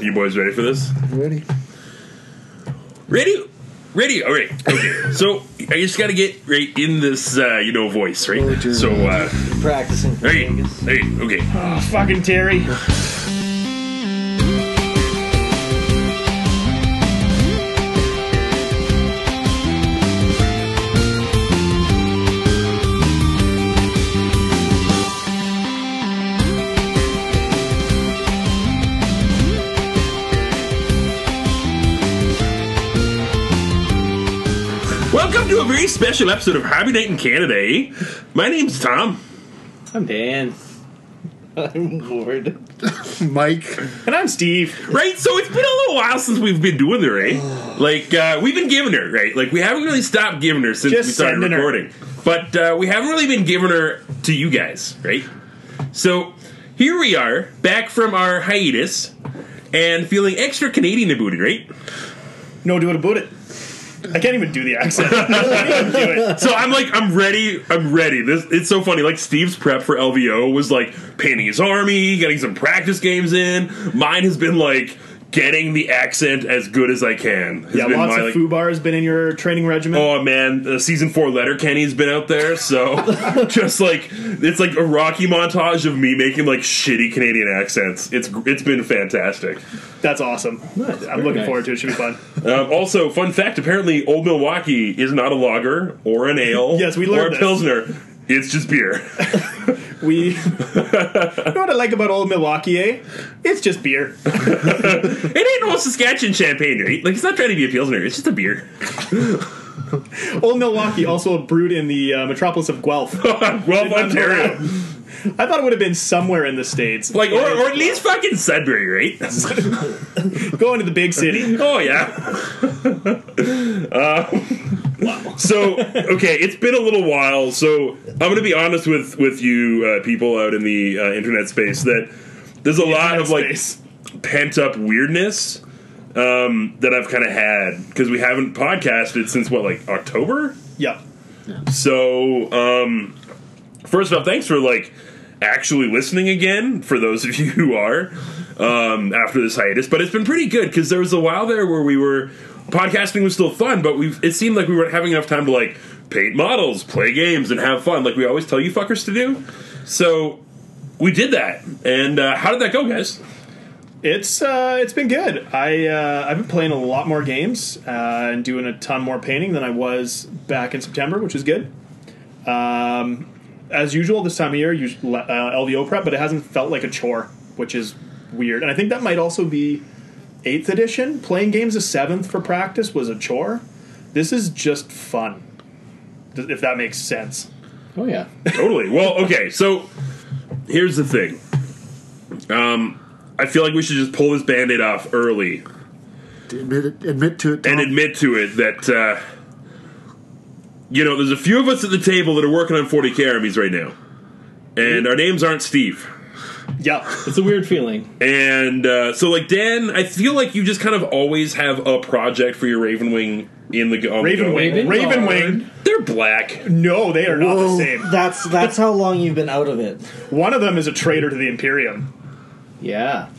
You boys ready for this? Ready? Ready? Ready? All right. Okay. so I just gotta get right in this, uh, you know, voice, right? Oh, dear. so, uh, Practicing. for hey, Vegas. hey, okay. Oh, Fucking Terry. Welcome to a very special episode of Hobby Night in Canada. Eh? My name's Tom. I'm Dan. I'm bored. Mike. And I'm Steve. Right? So it's been a little while since we've been doing the right? Like, uh, we've been giving her, right? Like, we haven't really stopped giving her since Just we started sending her. recording. But uh, we haven't really been giving her to you guys, right? So here we are, back from our hiatus, and feeling extra Canadian about it, right? No do it about it. I can't even do the accent. I can't even do it. So I'm like, I'm ready, I'm ready. This it's so funny. Like Steve's prep for LVO was like painting his army, getting some practice games in. Mine has been like getting the accent as good as I can. Has Yeah, been lots my, of like, foobar has been in your training regimen. Oh man, uh, season four letter Kenny's been out there, so just like it's like a Rocky montage of me making like shitty Canadian accents. It's gr- it's been fantastic. That's awesome. I'm looking forward to it. Should be fun. Um, also, fun fact: apparently, Old Milwaukee is not a lager or an ale. Yes, we or a learned this. pilsner. It's just beer. We. you know what I like about old Milwaukee, eh? It's just beer. It ain't no Saskatchewan champagne, right? Like it's not trying to be a pilsner. It's just a beer. Old Milwaukee, also brewed in the uh, metropolis of Guelph. Guelph, Ontario. I thought it would have been somewhere in the states. Like, or, or at least fucking Sudbury, right? going to the big city. Oh yeah. wow. Um, So okay, it's been a little while. So I'm going to be honest with with you uh, people out in the uh, internet space that there's a lot of like Space. pent up weirdness um, that I've kind of had because we haven't podcasted since what like October. Yep. So, um, first off, thanks for like actually listening again for those of you who are um, after this hiatus. But it's been pretty good because there was a while there where we were podcasting was still fun, but we it seemed like we weren't having enough time to like paint models, play games, and have fun like we always tell you fuckers to do. So we did that, and uh, how did that go, guys? It's uh, it's been good. I uh, I've been playing a lot more games uh, and doing a ton more painting than I was back in September, which is good. Um, as usual, this time of year, you uh, LVO prep, but it hasn't felt like a chore, which is weird. And I think that might also be eighth edition. Playing games a seventh for practice was a chore. This is just fun, th- if that makes sense. Oh yeah. totally. Well, okay. So here's the thing. Um, I feel like we should just pull this band-aid off early Admit, it, admit to it. Tom. and admit to it that uh, you know there's a few of us at the table that are working on 40k armies right now, and our names aren't Steve. Yeah, It's a weird feeling. And uh, so, like Dan, I feel like you just kind of always have a project for your Ravenwing in the on the go. Raven Ravenwing, Ravenwing. They're black. No, they are not the same. that's that's how long you've been out of it. One of them is a traitor to the Imperium. Yeah.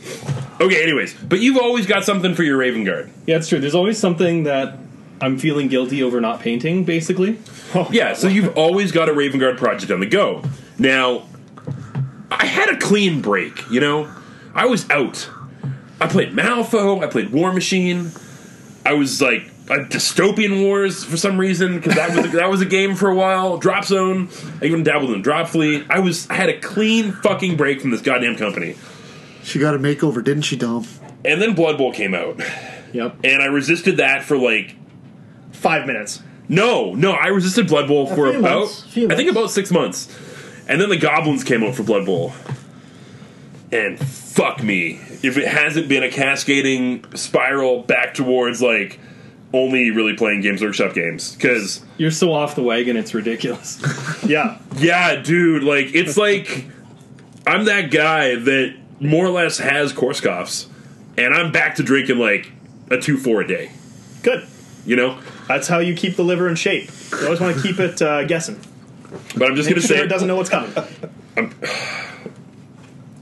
Okay, anyways, but you've always got something for your Raven Guard. Yeah, it's true. There's always something that I'm feeling guilty over not painting, basically. Yeah, so you've always got a Raven Guard project on the go. Now, I had a clean break, you know? I was out. I played Malfo, I played War Machine. I was like uh, Dystopian Wars for some reason because that was that was a game for a while. Drop Zone, I even dabbled in Drop Fleet. I was I had a clean fucking break from this goddamn company. she got a makeover, didn't she, Dom? And then Blood Bowl came out, Yep. and I resisted that for like Five minutes. No, no, I resisted Blood Bowl for few about months, few I think months. about six months, and then the goblins came out for Blood Bowl, and fuck me if it hasn't been a cascading spiral back towards like only really playing Games Workshop games because You're so off the wagon, it's ridiculous. Yeah. yeah, dude, like it's like I'm that guy that more or less has course coughs, and I'm back to drinking like a two four a day, Good. you know. That's how you keep the liver in shape. You always want to keep it uh, guessing. But I'm just gonna Make sure say it doesn't know what's coming.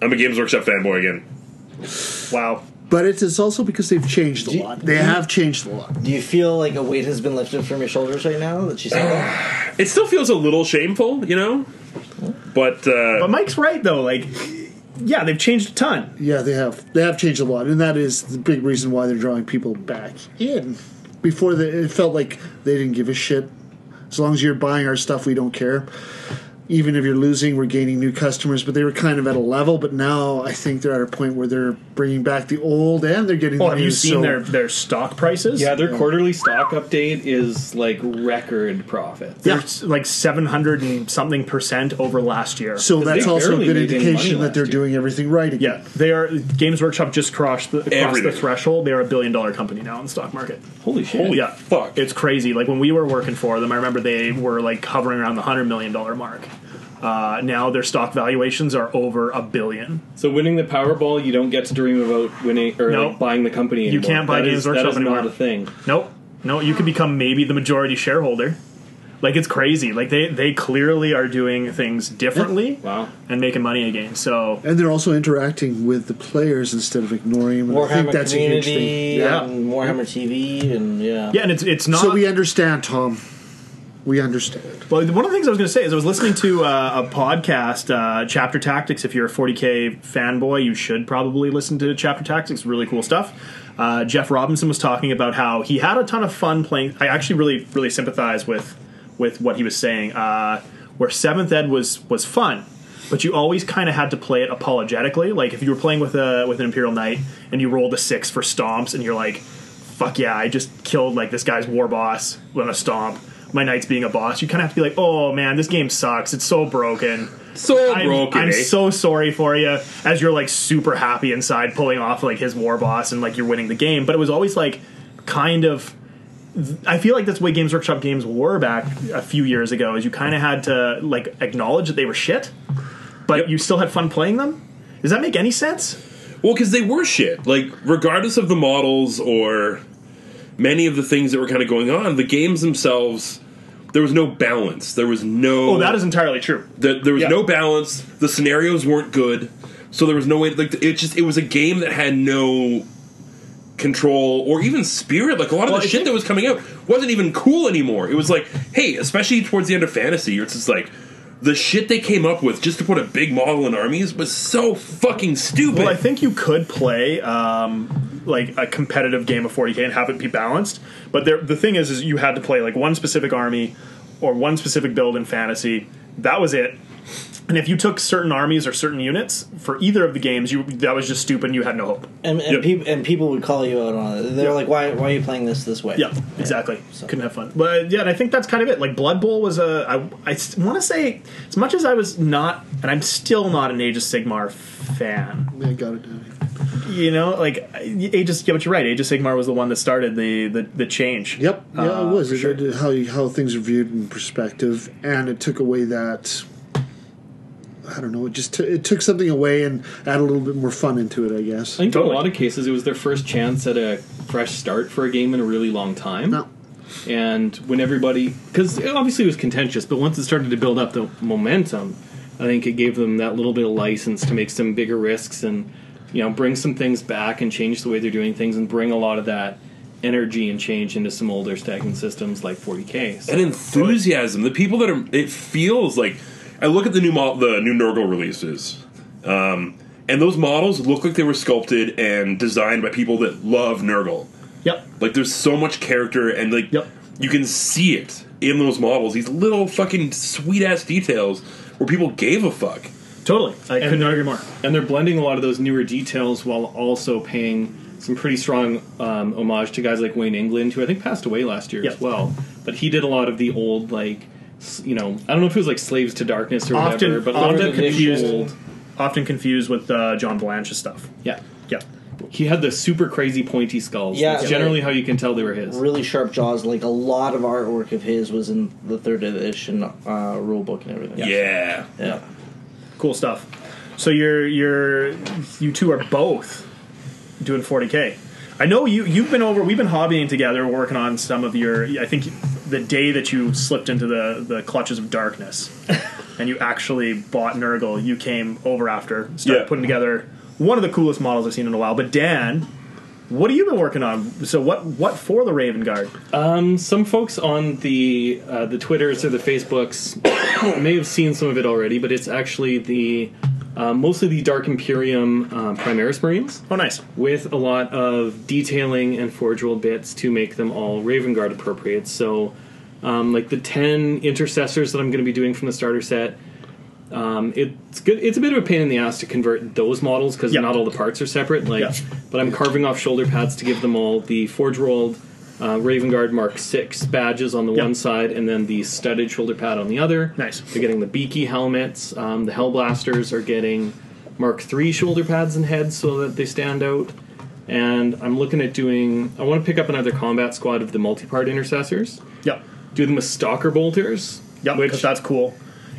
I'm a Games Workshop fanboy again. Wow. But it is also because they've changed a Do- lot. They have changed a lot. Do you feel like a weight has been lifted from your shoulders right now that you said that? It still feels a little shameful, you know. But uh, But Mike's right though. Like, yeah, they've changed a ton. Yeah, they have. They have changed a lot, and that is the big reason why they're drawing people back in. Before they, it felt like they didn't give a shit. As long as you're buying our stuff, we don't care. Even if you're losing, we're gaining new customers. But they were kind of at a level. But now I think they're at a point where they're bringing back the old and they're getting. Well, the Oh, have you new, seen so- their their stock prices? Yeah, their quarterly stock update is like record profit. Yeah. they're s- like seven hundred and something percent over last year. So that's they also a barely good made any indication money that they're last year. doing everything right. Again. yeah, they are. Games Workshop just crossed the, crossed Everything. the threshold. They are a billion dollar company now in the stock market. Holy shit! Oh, yeah, fuck. It's crazy. Like when we were working for them, I remember they were like hovering around the hundred million dollar mark. Uh, now their stock valuations are over a billion. So winning the Powerball, you don't get to dream about winning or Nope. like buying the company. Anymore. can't buy That Games is- Workshop That is anymore. not a thing. Nope. No, you could become maybe the majority shareholder. Like it's crazy. Like they they clearly are doing things differently Wow. and making money again. So And they're also interacting with the players instead of ignoring them. And I think Warhammer that's a huge Community thing. Yeah. and Warhammer TV and yeah. yeah, and it's it's not. So we understand, Tom. We understand. well, one of the things I was going to say is I was listening to uh, a podcast, uh, Chapter Tactics. If you're a 40k fanboy, you should probably listen to Chapter Tactics. Really cool stuff. Uh, Jeff Robinson was talking about how he had a ton of fun playing. I actually really really sympathize with with what he was saying. Uh, where seventh ed was was fun, but you always kind of had to play it apologetically. Like if you were playing with a with an Imperial Knight and you rolled a six for stomps, and you're like, "Fuck yeah, I just killed like this guy's war boss with a stomp." My knight's being a boss. You kind of have to be like, "Oh man, this game sucks. It's so broken." so I'm, broken. I'm eh? so sorry for you. As you're like super happy inside, pulling off like his war boss, and like you're winning the game. But it was always like kind of. I feel like that's the way Games Workshop games were back a few years ago. Is you kind of had to like acknowledge that they were shit, but Yep. you still had fun playing them. Does that make any sense? Well, because they were shit. Like, regardless of the models or many of the things that were kind of going on, the games themselves, there was no balance. There was no. Oh, that is entirely true. that there was Yeah. no balance. The scenarios weren't good, so there was no way. Like it just, it was a game that had no control or even spirit. Like a lot of Well, the I shit that was coming out wasn't even cool anymore. It was like, hey, especially towards the end of Fantasy, it's just like the shit they came up with just to put a big model in armies was so fucking stupid. Well, I think you could play um, like a competitive game of 40k and have it be balanced. But there, the thing is, is you had to play like one specific army or one specific build in fantasy. That was it. And if you took certain armies or certain units for either of the games, you that was just stupid. and You had no hope. And and, Yep. peop and people would call you out on it. They're like, why why are you playing this this way? Yeah, exactly. Couldn't have fun. But yeah, and I think that's kind of it. Like Blood Bowl was a. I, want to say as much as I was not, and I'm still not an Age of Sigmar fan. Yeah, got it. Danny. You know, like Age of yeah, but you're right. Age of Sigmar was the one that started the the, the change. Yep. Yeah, Uh, it was. for It sure. did how you, how things are viewed in perspective, and it took away that. I don't know. It just t- it took something away and add a little bit more fun into it. I guess. I think Totally. in a lot of cases, it was their first chance at a fresh start for a game in a really long time. No. And when everybody, because it obviously was contentious, but once it started to build up the momentum, I think it gave them that little bit of license to make some bigger risks and you know bring some things back and change the way they're doing things and bring a lot of that energy and change into some older stacking systems like 40k. So and enthusiasm. The people that are, it feels like. I look at the new mo- the new Nurgle releases, um, and those models look like they were sculpted and designed by people that love Nurgle. Yep. Like there's so much character, and like Yep. you can see it in those models. These little fucking sweet ass details where people gave a fuck. Totally. I couldn't argue more. and they're blending a lot of those newer details while also paying some pretty strong um, homage to guys like Wayne England, who I think passed away last year Yeah. as well. But he did a lot of the old like. s- You know, I don't know if it was like Slaves to Darkness or Often- whatever, but a lot often of the confused. old, Often confused with uh, John Blanche's stuff. yeah, Yeah. he had the super crazy pointy skulls. Yeah, Yeah, that's yeah. generally how you can tell they were his. Really sharp jaws. Like a lot of artwork of his was in the third edition uh, rule book and everything. Yeah, Yeah. Cool stuff. So you're you're you two are both doing 40k. I know you you've been over. We've been hobbying together, working on some of your. I think the day that you slipped into the the clutches of darkness, and you actually bought Nurgle, you came over after started Yeah. putting together one of the coolest models I've seen in a while. But Dan What have you been working on? So what what for the Raven Guard? Um, some folks on the uh, the Twitters or the Facebooks may have seen some of it already, but it's actually the uh, mostly the Dark Imperium um, Primaris Marines Oh, nice. with a lot of detailing and forge roll bits to make them all Raven Guard appropriate. So, um, like the ten intercessors that I'm going to be doing from the starter set. Um, it's good. It's a bit of a pain in the ass to convert those models because Yeah. not all the parts are separate. Like, Yeah. but I'm carving off shoulder pads to give them all the forge rolled uh, Raven Guard Mark Six badges on the Yeah. one side, and then the studded shoulder pad on the other. Nice. They're getting the beaky helmets. Um, the Hellblasters are getting Mark III shoulder pads and heads so that they stand out. And I'm looking at doing. I want to pick up another combat squad of the multi-part intercessors. Yep. Do them with Stalker Bolters. Yep. Which Because that's cool.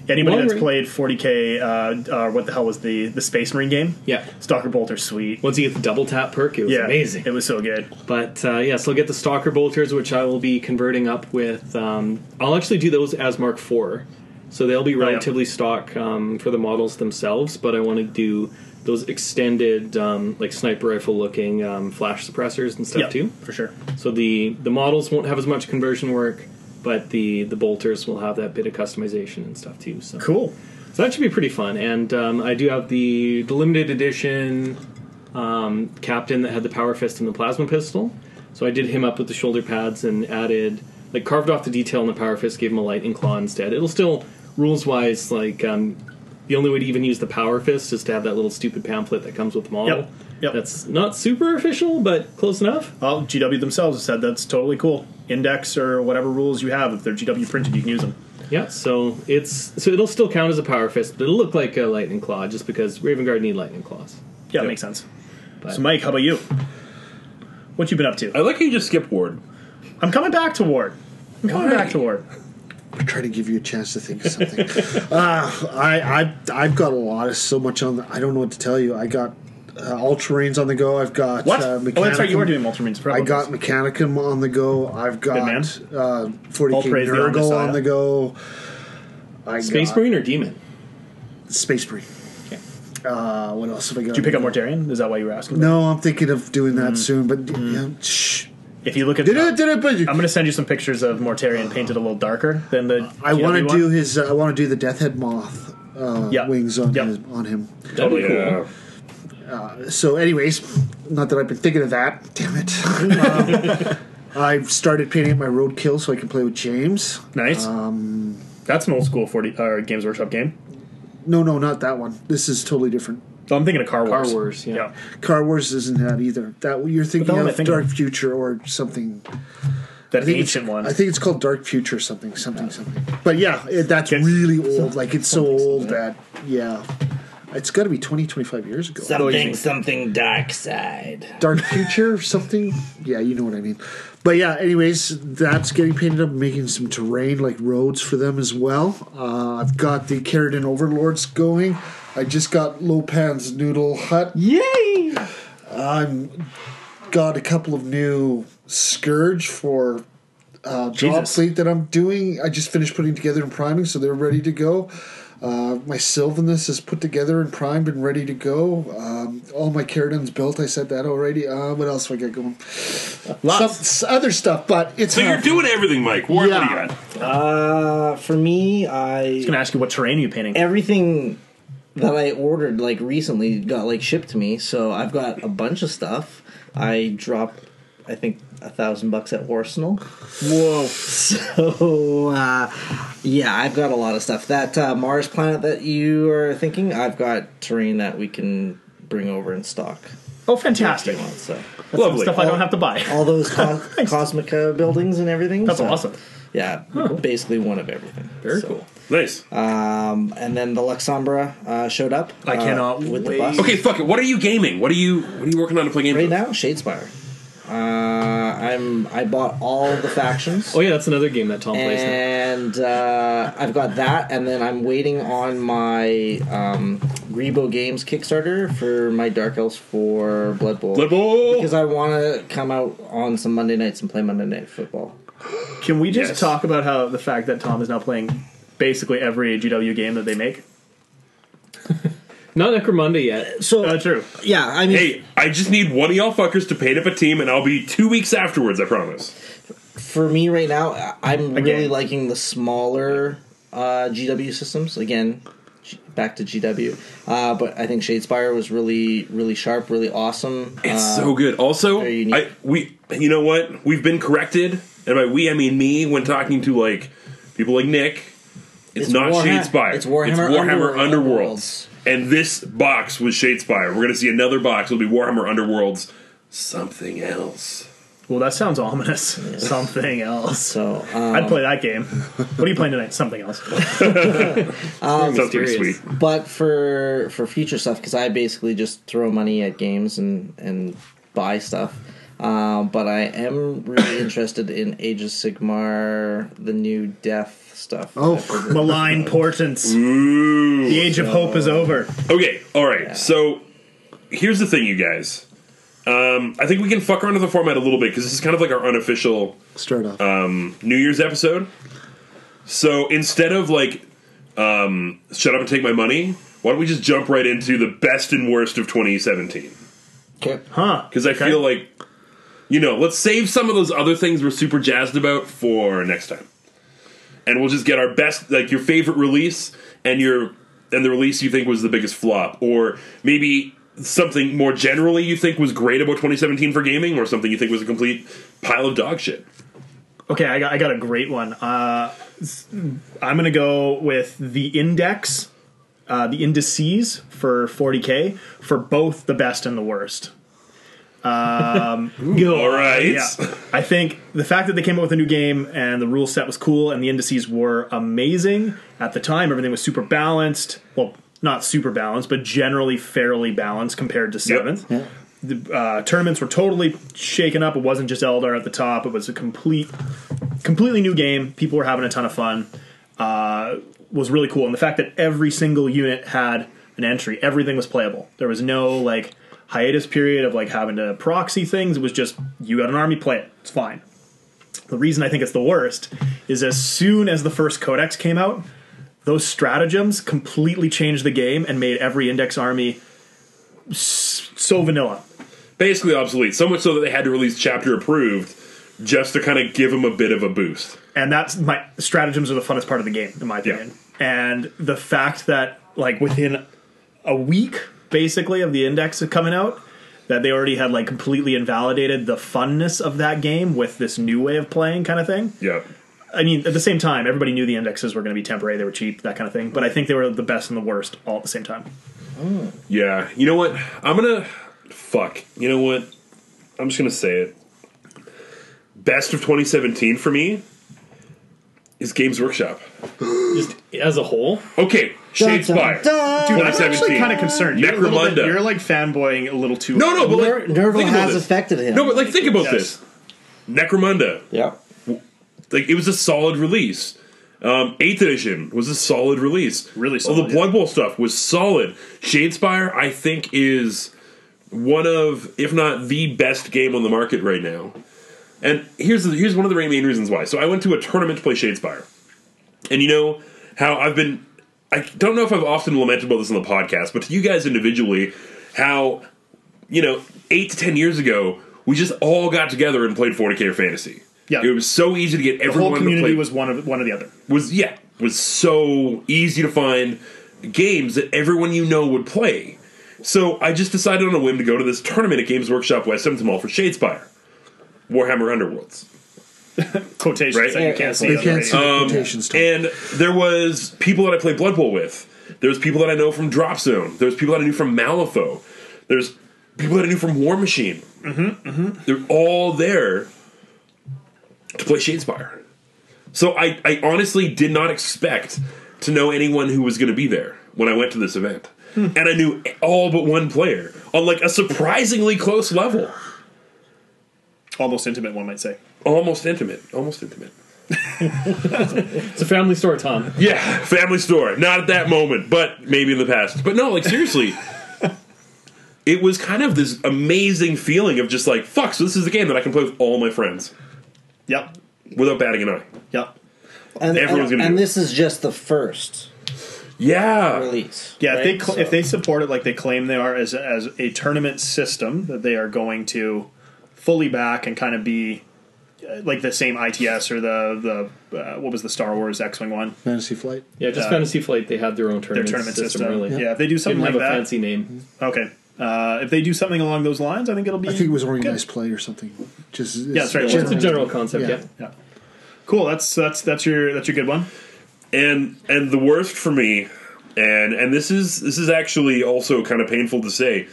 Anybody Long that's range. played 40k, uh, uh, what the hell was the the Space Marine game? Yeah. Stalker Bolt are sweet. once you get the double tap perk, it was yeah, amazing. It was so good. But uh, yeah, so I'll get the Stalker Bolters, which I will be converting up with. Um, I'll actually do those as Mark IV. So they'll be yeah. relatively stock um, for the models themselves, but I want to do those extended, um, like sniper rifle looking um, flash suppressors and stuff Yep, too. for sure. So the, the models won't have as much conversion work, but the, the bolters will have that bit of customization and stuff too. So Cool. so that should be pretty fun. And um, I do have the, the limited edition um, captain that had the power fist and the plasma pistol. So I did him up with the shoulder pads and added, like, carved off the detail on the power fist, gave him a lightning claw instead. It'll still, rules wise, like, um, the only way to even use the power fist is to have that little stupid pamphlet that comes with the model. Yep, yep. That's not super official, but close enough. Well, GW themselves said that's totally cool. Index or whatever rules you have, if they're GW printed, you can use them. Yeah, so it's so it'll still count as a power fist, but it'll look like a lightning claw just because Raven Guard need lightning claws. Yeah, Yep. makes sense. But- Uh, So, Mike, how about you? What you been up I to? like how you just skip Ward. I'm coming back to Ward. I'm coming Why? back to Ward. I try to give you a chance to think of something. uh, I, I, I've got a lot of so much on. The, I don't know what to tell you. I got uh, all terrains on the go. I've got What? Uh, oh, that's right. You Mechanicum. are doing Multimarines. I got Mechanicum on the go. I've got man. uh, 40k All praise the Nurgle Omnissiah. on the go. I Space got Marine or Demon? Space Marine. Okay. Uh, what else have I got? Did you pick up Mm. Mortarian? Is that why you were asking? No, I'm thinking of doing that soon. But yeah, shh. If you look at, did it? Did it? But you, I'm going to send you some pictures of Mortarian painted a little darker than the. I GW want to one. do his. Uh, I want to do the Death Head Moth uh, Yeah. wings on Yeah. his, on him. Totally Yeah. So, anyways, not that I've been thinking of that. Damn it. Um, I've started painting up my roadkill so I can play with James. Nice. um, that's an old school 40 or Games Workshop game. No, no, not that one. This is totally different. So I'm thinking of Car Car Wars. Wars, yeah. Car Wars isn't that either. That you're But thinking that one I of think Dark of. Future or something. that I think it's- ancient one. I think it's called Dark Future something something something. But yeah, it, that's Okay. really old. Like it's so Something, old something. that yeah, it's got to be 20, 25 years ago. Something, something dark side. Dark Future or something. Yeah, you know what I mean. But yeah, anyways, that's getting painted up, making some terrain like roads for them as well. Uh, I've got the Carradine Overlords going. I just got Lopan's Noodle Hut. Yay! I'm got a couple of new Scourge for uh, job Jesus. fleet that I'm doing. I just finished putting together and priming, so they're ready to go. Uh, my Sylvanus is put together and primed and ready to go. Um, all my Carradine's built. I said that already. Uh, what else have I got going? Lots. Some other stuff, but it's So you're half- doing everything, Mike. Ward, what do Yeah. you got? Uh, for me, I was I going to ask you what terrain are you painting. everything that I ordered like recently got like shipped to me, so I've got a bunch of stuff. I dropped, I think, a thousand bucks at Arsenal. Whoa. So, uh, yeah, I've got a lot of stuff. That uh, Mars planet that you are thinking, I've got terrain that we can bring over and stock. Oh, if you fantastic. want, so. Lovely. Stuff I don't have to buy. All those co- Cosmica buildings and everything. That's so, awesome. Yeah, basically one of everything. Very So, cool. Nice. Um, and then the Luxombra uh, showed up. I uh, cannot with wait. the bus. Okay, fuck it. What are you gaming? What are you What are you working on to play games? with? Right now, Shadespire. Uh, I'm I bought all the factions. Oh yeah, that's another game that Tom plays. Eh. Now. and uh, I've got that, and then I'm waiting on my um, Grebo Games Kickstarter for my Dark Elves for Blood Bowl. Blood Bowl! Because I want to come out on some Monday nights and play Monday Night Football. Can we just Yes. talk about how the fact that Tom is now playing basically every GW game that they make? Not Necromunda yet. So Uh, true. yeah, I mean, Hey, I just need one of y'all fuckers to paint up a team, and I'll be two weeks afterwards. I promise. for me right now, I- I'm really Again. liking the smaller uh, GW systems. Again, G- back to GW, uh, but I think Shadespire was really, really sharp, really awesome. It's uh, so good. Also, very unique. I, we you know what? We've been corrected, and by we I mean me when talking to like people like Nick. It's, It's not Warha- Shadespire. it's Warhammer Underworlds. Underworlds. And this box was Shadespire. We're gonna see another box. It'll be Warhammer Underworlds. Something else. Well, that sounds ominous. Something else. so um, I'd play that game. What are you playing tonight? Something else. Sounds pretty mysterious. sweet. but for for future stuff because i basically just throw money at games and and buy stuff um, but i am really interested in age of sigmar the new death stuff Oh, Malign portents. Ooh. The age of hope is over. Okay, all right. So here's the thing, you guys. Um, I think we can fuck around with the format a little bit because this is kind of like our unofficial start off. New Year's episode. So instead of like, um, shut up and take my money, why don't we just jump right into the best and worst of 2017? okay. Huh. Because I feel like, you know, let's save some of those other things we're super jazzed about for next time. And we'll just get our best, like your favorite release and your and the release you think was the biggest flop, or maybe something more generally you think was great about 2017 for gaming, or something you think was a complete pile of dog shit. Okay, I got, I got a great one. Uh, s- I'm going to go with the index, uh, the indices for 40K for both the best and the worst. Um, All right. Yeah. I think the fact that they came up with a new game and the rule set was cool and the indices were amazing at the time, everything was super balanced. Well, not super balanced, but generally fairly balanced compared to seventh. The uh, tournaments were totally shaken up. It wasn't just Eldar at the top. It was a complete, completely new game. People were having a ton of fun. Uh, was really cool, and the fact that every single unit had an entry, everything was playable. There was no like hiatus period of like having to proxy things. It was just you got an army, play it. It's fine. The reason I think it's the worst is as soon as the first codex came out, those stratagems completely changed the game and made every index army s- so vanilla. basically obsolete. So much so that they had to release chapter approved just to kind of give them a bit of a boost. and that's my stratagems are the funnest part of the game in my opinion and the fact that like within a week basically of the index coming out that they already had like completely invalidated the funness of that game with this new way of playing kind of thing Yeah. i mean at the same time everybody knew the indexes were going to be temporary they were cheap that kind of thing but i think they were the best and the worst all at the same time Yeah. You know what? I'm going to. Fuck. You know what? I'm just going to say it. Best of 2017 for me is Games Workshop. Just as a whole, Okay. Shadespire. Dun, dun, dun. 2017. kind of concerned you're, a little Necromunda. bit- you're like fanboying a little too No, no, but Ner- like. Nerval think about has this. affected him No, but like, think about yes. this. Necromunda. yeah like it was a solid release. Um, Eighth edition was a solid release. Really All solid, the yeah. Blood Bowl stuff was solid. Shadespire, I think, is one of, if not the best game on the market right now. And here's the, here's one of the main reasons why. So I went to a tournament to play Shadespire, and you know how I've been. I don't know if I've often lamented about this on the podcast, but to you guys individually, how you know eight to ten years ago we just all got together and played 40k or fantasy. Yeah. it was so easy to get the whole everyone. to community play was one of one or the other was yeah was so easy to find games that everyone you know would play. So I just decided on a whim to go to this tournament at Games Workshop West Edmonton Mall for Shadespire, Warhammer Underworlds, quotations Right. that you Yeah, can't see they on the can't radio. see the quotations. Tom. and there was people that I played Blood Bowl with. There's people that I know from Drop Zone. There's people that I knew from Malifaux. There's people that I knew from War Machine. Mm-hmm, They're all there to play Shadespire. So I, I honestly did not expect to know anyone who was going to be there when I went to this event. And I knew all but one player on like a surprisingly close level. almost intimate one might say Almost intimate. Almost intimate. it's a family store, Tom. Yeah, family store. Not at that moment, but maybe in the past. But no, like seriously, it was kind of this amazing feeling of just like, fuck. So this is the game that I can play with all my friends yep without batting an eye. yep and, Everyone's and, gonna do and it. this is just the first yeah, release. Yeah, if right? they cl- So- if they support it like they claim they are as as a tournament system that they are going to fully back and kind of be uh, like the same ITS or the the uh, what was the Star Wars X Wing one Fantasy Flight. Yeah, just Uh, Fantasy Flight. They had their own their tournament, tournament system. Really, Yeah. if they do didn't something like have a that, fancy name. okay. Uh, if they do something along those lines, I think it'll be. I think it was good. organized play or something. Just Yeah, that's right. Yeah, it's a general concept. Yeah. Yeah. Yeah. Cool. That's that's that's your that's your good one. and and the worst for me and and this is this is actually also kind of painful to say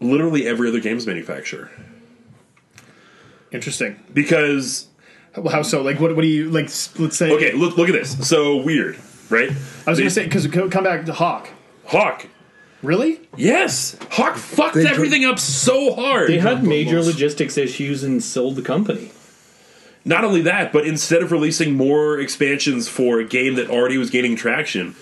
literally every other games manufacturer Interesting. because How how so? Like, what what do you like? s- Let's say. okay look look at this so weird right I was They- gonna say because come back to Hawk. hawk Really? yes hawk fucked They- everything up so hard They had major balls. logistics issues and sold the company. not only that but instead of releasing more expansions for a game that already was gaining traction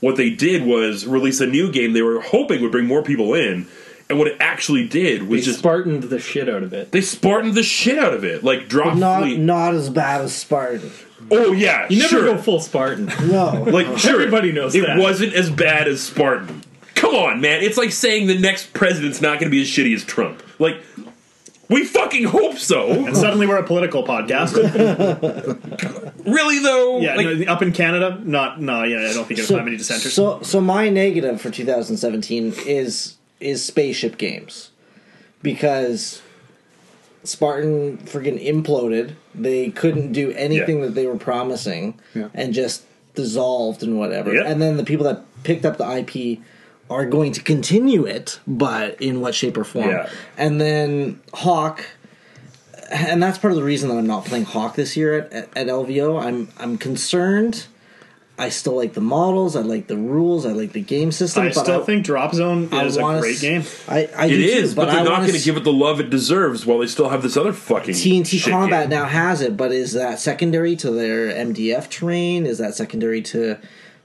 what they did was release a new game they were hoping would bring more people in and what it actually did They was just Spartaned the shit out of it. They Spartaned the shit out of it. Like drop not fleet. not as bad as Spartan. Oh yeah, You never sure. go full Spartan. No, like sure, Everybody knows it that. wasn't as bad as Spartan. Come on, man. It's like saying the next president's not going to be as shitty as Trump. Like we fucking hope so. And suddenly we're a political podcast. really though. yeah. like, no, up in Canada, not no. Yeah, I don't think it was that many dissenters. So, so my negative for 2017 is is spaceship games because Spartan freaking imploded. They couldn't do anything Yeah. that they were promising, Yeah. and just dissolved and whatever. Yep. And then the people that picked up the IP are going to continue it, but in what shape or form? Yeah. And then Hawk and that's part of the reason that I'm not playing Hawk this year at, at, at LVO. I'm I'm concerned. I still like the models. I like the rules. I like the game system. I but still think Drop Zone is a wanna great s- game. I, I it do too, is, but, I they're not wanna going to s- give it the love it deserves while they still have this other fucking TNT shit game. Combat now has it, but is that secondary to their MDF terrain? Is that secondary to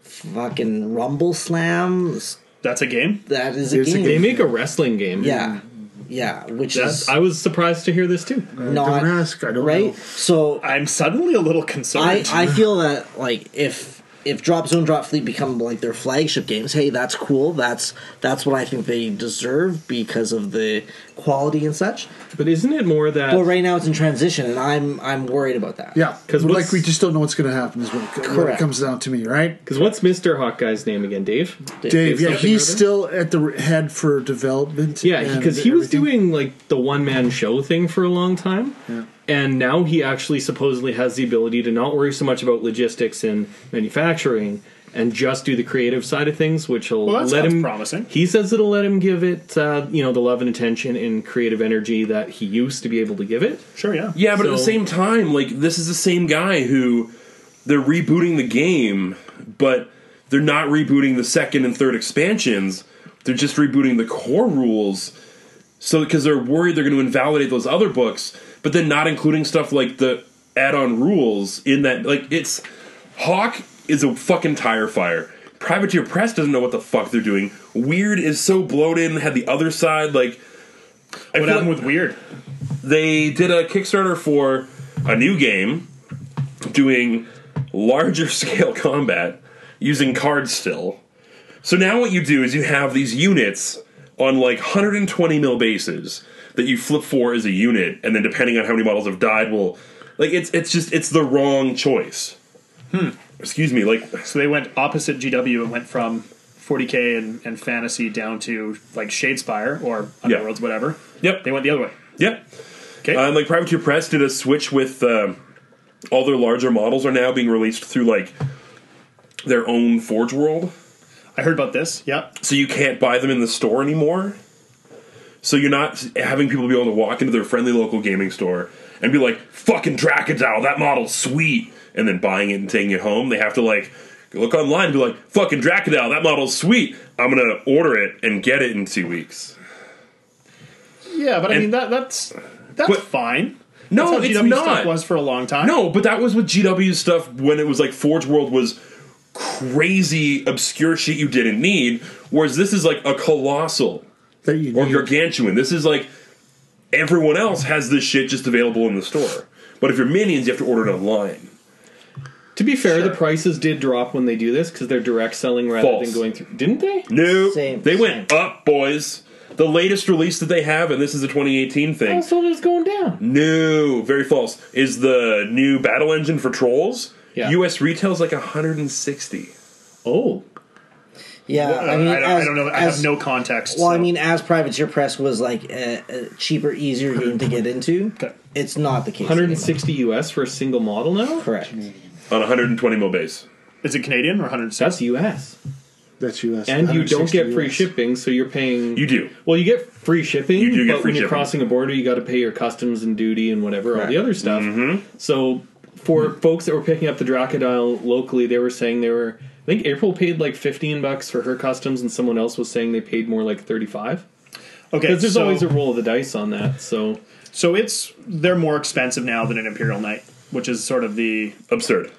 fucking Rumble Slam? That's a game. That is a, It's a game. They make a wrestling game. Yeah, yeah, which That's, is I was surprised to hear this too. not Don't ask. I don't right. know. So I'm suddenly a little concerned. I, I feel that like if if Drop Zone Drop Fleet become like their flagship games, hey, that's cool. That's that's what I think they deserve because of the quality and such. But isn't it more that But right now it's in transition, and I'm I'm worried about that. Yeah, 'Cause because what's- like we just don't know what's going to happen. Is what it, what it Correct. comes down to me, right? Because what's Mister Hawkeye's name again, Dave? Dave, yeah, something he's or other? still at the head for development. Yeah, and because he was everything. doing like the one man show thing for a long time, and now he actually supposedly has the ability to not worry so much about logistics and manufacturing and just do the creative side of things, which will Well, that let sounds him. promising. He says it'll let him give it, uh, you know, the love and attention and creative energy that he used to be able to give it. sure, yeah. Yeah, but at the So- same time, like this is the same guy who they're rebooting the game, but they're not rebooting the second and third expansions. They're just rebooting the core rules. So because they're worried they're going to invalidate those other books, but then not including stuff like the add-on rules in that like it's Hawk is a fucking tire fire. Privateer Press doesn't know what the fuck they're doing. Weird is so bloated and had the other side like I What feel like- happened with Weird? they did a Kickstarter for a new game doing larger scale combat using cards still. So now what you do is you have these units on like 120 mil bases that you flip for as a unit, and then depending on how many models have died, will like it's it's just it's the wrong choice. Hmm. Excuse me, like So they went opposite GW and went from 40k and, and fantasy down to like Shadespire or Yeah. Underworlds, whatever. yep, They went the other way. yep. Okay. Um, like Privateer Press did a switch with um, all their larger models are now being released through like their own Forge World, I heard about this. Yeah. so you can't buy them in the store anymore. So you're not having people be able to walk into their friendly local gaming store and be like, "Fucking Dracodow, that model's sweet," and then buying it and taking it home. They have to like look online and be like, "Fucking Dracodow, that model's sweet. I'm gonna order it and get it in two weeks." Yeah, but I And- mean that that's that's But- fine. No, That's how it's GW not. Stuff was for a long time. No, but that was with GW stuff when it was like Forge World was crazy obscure shit you didn't need, whereas this is like a colossal That you or need. gargantuan. This is like everyone else has this shit just available in the store. But if you're minions, you have to order it online. To be fair, the Sure. prices did drop when they do this because they're direct selling rather False. than going through. Didn't they? No, Same, they went up, boys. The latest release that they have, and this is a 2018 I thing. was told it was going down. No, very false. Is the new battle engine for Trolls? Yeah. U.S. retails like 160. Oh, Yeah, I Uh, I, mean, don't, as- I don't know. I as- have no context. Well, I so- mean, as Privateer Press was like a, a cheaper, easier game to get into, Okay. it's not the case. anymore. 160 US for a single model now. Correct. on 120 mil base. is it Canadian or 160? That's US, That's U.S. and you don't get 160 free US. shipping, so you're paying. You do. Well, you get free shipping. You do get but free when you're shipping. crossing a border, you got to pay your customs and duty and whatever all Right. the other stuff. Mm-hmm. So for folks that were picking up the Dracodile locally, they were saying they were. I think April paid like 15 bucks for her customs, and someone else was saying they paid more like 35. Okay, Because there's so, always a roll of the dice on that. So so it's they're more expensive now than an Imperial Knight, which is sort of the Absurd.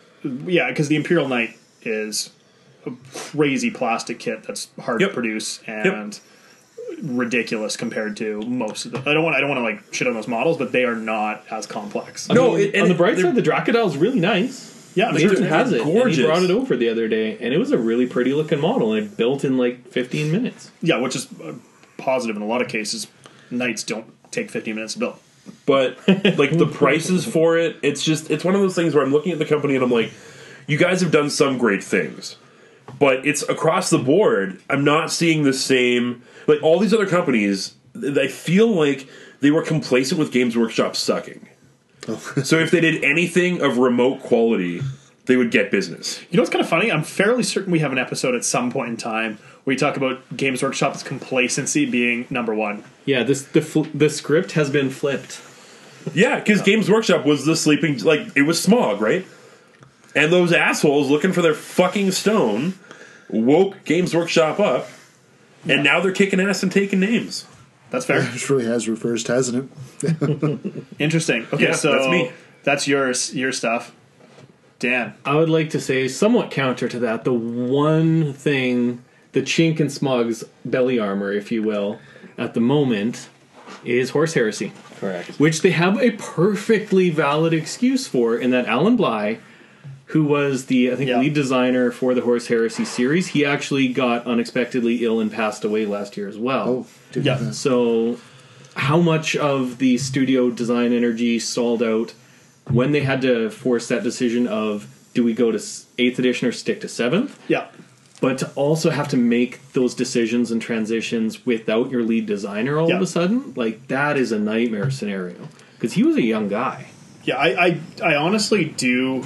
yeah, because the Imperial Knight is a crazy plastic kit that's hard Yep. to produce and ridiculous compared to most of the. I don't want. I don't want to like shit on those models, but they are not as complex. No, I mean, it- and on the bright they're- side, the Dracodile's really nice. yeah, I'm sure. Nathan has it. And he gorgeous. brought it over the other day, and it was a really pretty looking model, and it built in like 15 minutes. yeah, which is uh, positive in a lot of cases. Knights don't take 15 minutes to build. But like the prices for it, it's just it's one of those things where I'm looking at the company and I'm like, you guys have done some great things, but it's across the board. I'm not seeing the same like all these other companies. th- I feel like they were complacent with Games Workshop sucking. Oh, so if they did anything of remote quality, they would get business. You know what's kind of funny? I'm fairly certain we have an episode at some point in time where we talk about Games Workshop's complacency being number one. Yeah, this the fl- the script has been flipped. Yeah, because Games Workshop was the sleeping like it was smog, right? And those assholes looking for their fucking stone woke Games Workshop up, and now they're kicking ass and taking names. That's fair. It really has reversed, hasn't it? Interesting. Okay, Yeah, so that's me. That's yours. Your stuff, Dan. I would like to say, somewhat counter to that, the one thing, the chink in Smog's belly armor, if you will, at the moment, is horse heresy. Correct. which they have a perfectly valid excuse for in that Alan Bly, who was the I think Yeah. lead designer for the Horse Heresy series, he actually got unexpectedly ill and passed away last year as well. Oh, didn't Yeah. know that. So, how much of the studio design energy stalled out when they had to force that decision of do we go to s- eighth edition or stick to seventh? Yeah. But to also have to make those decisions and transitions without your lead designer all of Yeah. a sudden, like that is a nightmare scenario. Because he was a young guy. Yeah, I, I, I honestly do.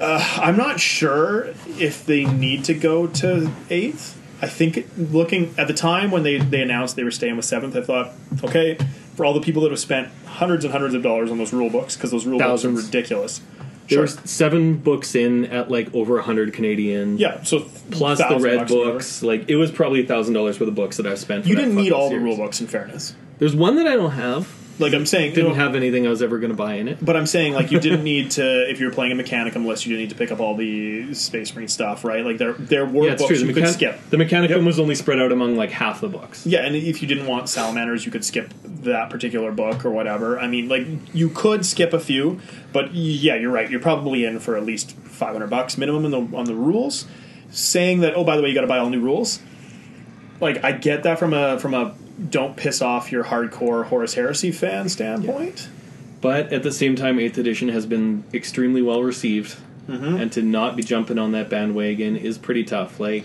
Uh, I'm not sure if they need to go to eighth. I think it- looking at the time when they, they announced they were staying with seventh, I thought, okay, for all the people that have spent hundreds and hundreds of dollars on those rule books because those rule books Thousands. are ridiculous. There Sure. was seven books in at like over a hundred Canadian. yeah, so Plus the 1,000 red bucks or whatever. books. Like it was probably a thousand dollars for the books that I've spent. for You that didn't need fucking all the series. rule books. In fairness, There's one that I don't have. like I'm saying, Didn't you know, have anything I was ever gonna buy in it. But I'm saying, like, you didn't need to if you were playing a Mechanicum list, you didn't need to pick up all the Space Marine stuff, right? Like, there there were Yeah, it's books true. The, you could mechan- skip. the Mechanicum Yep. was only spread out among like half the books. Yeah, and if you didn't want salamanders, you could skip that particular book or whatever. I mean, like you could skip a few, but yeah, you're right. You're probably in for at least 500 bucks minimum on the on the rules. Saying that, oh, by the way, you got to buy all new rules. Like I get that from a from a don't piss off your hardcore Horus Heresy fan standpoint. But at the same time, Eighth Edition has been extremely well received, Mm-hmm. and to not be jumping on that bandwagon is pretty tough. Like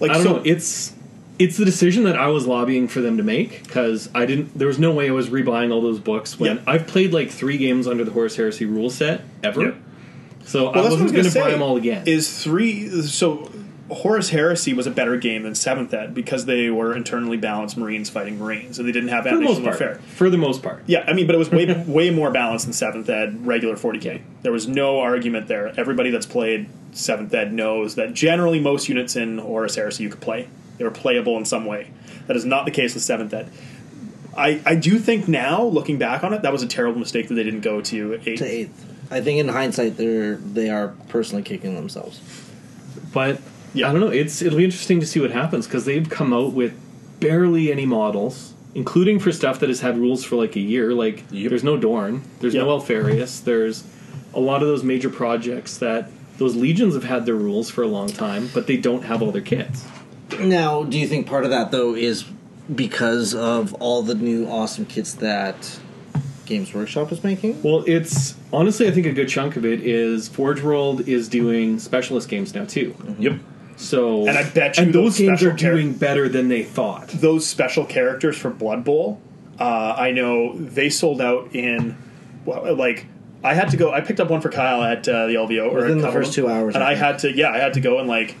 Like I don't so, know, it's it's the decision that I was lobbying for them to make because I didn't. There was no way I was rebuying all those books when Yeah. I've played like three games under the Horse Heresy rule set ever. Yeah. So Well, I that's what wasn't I going was to gonna buy say, them all again. Is three so Horus Heresy was a better game than Seventh Ed because they were internally balanced Marines fighting Marines, and they didn't have for the most additional part. warfare. For the most part. Yeah, I mean, but it was way way more balanced than Seventh Ed regular 40k. There was no argument there. Everybody that's played Seventh Ed knows that generally most units in Horus Heresy you could play. They were playable in some way. That is not the case with Seventh Ed. I, I do think now, looking back on it, that was a terrible mistake that they didn't go to eight. To eighth. I think in hindsight, they're they are personally kicking themselves. But Yeah. I don't know. It's it'll be interesting to see what happens because they've come out with barely any models, including for stuff that has had rules for like a year. Like Yep. there's no Dorn, there's Yeah. no Alfarius, there's a lot of those major projects that those legions have had their rules for a long time, but they don't have all their kits. Now, do you think part of that though is because of all the new awesome kits that Games Workshop is making? Well, it's honestly, I think a good chunk of it is Forge World is doing specialist games now too. Yep. So And I bet you Mm-hmm. and those, those games special are char- doing better than they thought. those special characters for Blood Bowl, uh, I know they sold out in well, like I had to go. I picked up one for Kyle at uh, the LVO Within or at the Cumberland, first two hours, and I I, think. had to yeah, I had to go and like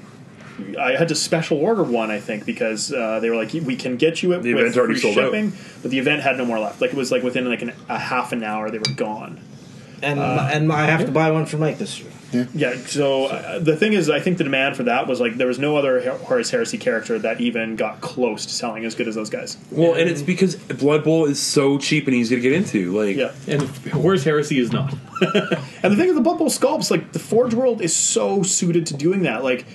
I had to special order one I think because uh, they were like we can get you it The with event's already free sold out. shipping, but the event had no more left. Like it was like within like an, a half an hour they were gone. And Uh, and I have to buy one for Mike this year. Yeah, so uh, the thing is, I think the demand for that was like there was no other Her- Horus Heresy character that even got close to selling as good as those guys. Well, and it's because Blood Bowl is so cheap and easy to get into. Like, Yeah, And Horus Heresy is not. and the thing is, the bubble sculpts like the Forge world is so suited to doing that. Like,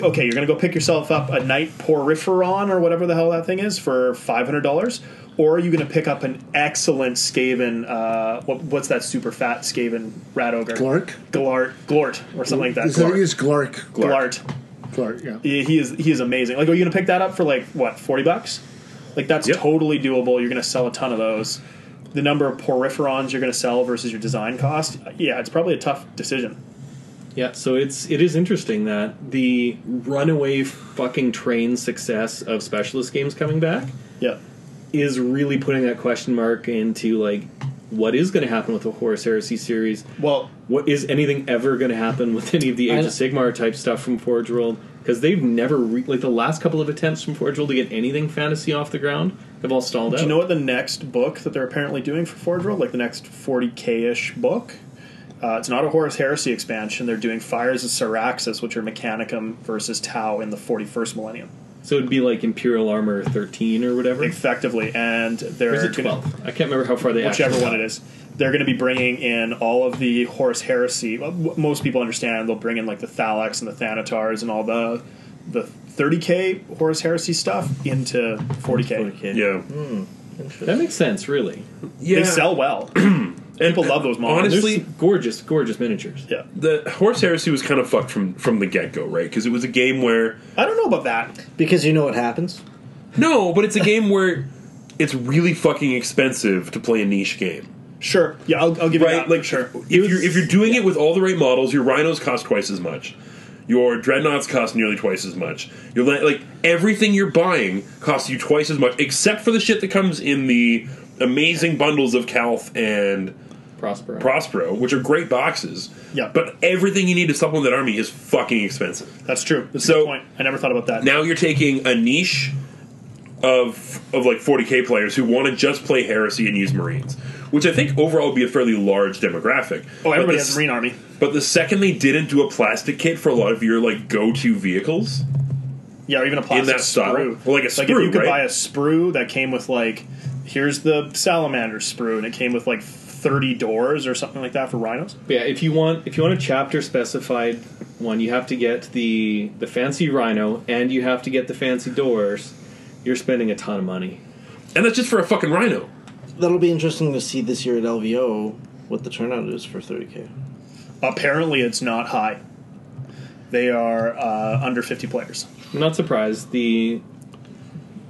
okay, you're gonna go pick yourself up a Knight Poriferon or whatever the hell that thing is for five hundred dollars, or are you gonna pick up an excellent Skaven? Uh, what, what's that super fat Skaven Rat Ogre? Glark? Glart, Glort, or something like that. Is that Glort. is Glark. Glart. Glark, yeah. Yeah, he is he is amazing. Like, are you gonna pick that up for like what forty bucks? Like that's Yep. totally doable. You're gonna sell a ton of those. The number of poriferons you're gonna sell versus your design cost, yeah, it's probably a tough decision. Yeah, so it's it is interesting that the runaway fucking train success of specialist games coming back Yeah, is really putting that question mark into like what is going to happen with the Horus Heresy series? well, What is anything ever going to happen with any of the Age I- of Sigmar type stuff from Forge World? Because they've never re- like the last couple of attempts from Forge World to get anything fantasy off the ground have all stalled out. do you know what the next book that they're apparently doing for Forge World, like the next forty k ish book? Uh, it's not a Horus Heresy expansion. They're doing Fires of Syraxis, which are Mechanicum versus Tau in the 41st millennium, So it'd be like Imperial Armor thirteen or whatever. effectively. And they're Or is it gonna- twelve? I can't remember how far they whichever actually one got. it is. They're going to be bringing in all of the Horus Heresy. well, what Most people understand they'll bring in like the Thalax and the Thanatars and all the the 30k Horus Heresy stuff into 40k. yeah, That makes sense, really. yeah. They sell well. people love those models. There's Honestly- some gorgeous, gorgeous miniatures. yeah. The Horse Heresy was kind of fucked from from the get go, right? Because it was a game where I don't know about that. Because you know what happens. no, but it's a game where it's really fucking expensive to play a niche game. Sure. Yeah, I'll, I'll give you right? that. Like, sure. if you're if you're doing it with all the right models, your rhinos cost twice as much. Your dreadnoughts cost nearly twice as much. Your la- like everything you're buying costs you twice as much, except for the shit that comes in the amazing bundles of Calth and Prospero. Prospero, which are great boxes. Yeah. But everything you need to supplement that army is fucking expensive. That's true. That's So- a good point. I never thought about that. Now you're taking a niche of of like 40k players who want to just play Heresy and use Marines, which I think overall would be a fairly large demographic. oh, But everybody the has a Marine Army. but the second they didn't do a plastic kit for a lot of your like go-to vehicles, Yeah, or even a plastic that style. sprue. Well, like a if sprue, you could right? buy a sprue that came with like, here's the salamander sprue, and it came with like thirty doors or something like that for rhinos. Yeah, if you want if you want a chapter specified one, you have to get the the fancy rhino and you have to get the fancy doors. You're spending a ton of money. and that's just for a fucking rhino. That'll be interesting to see this year at LVO what the turnout is for 30k. Apparently, it's not high. They are uh, under fifty players. I'm not surprised the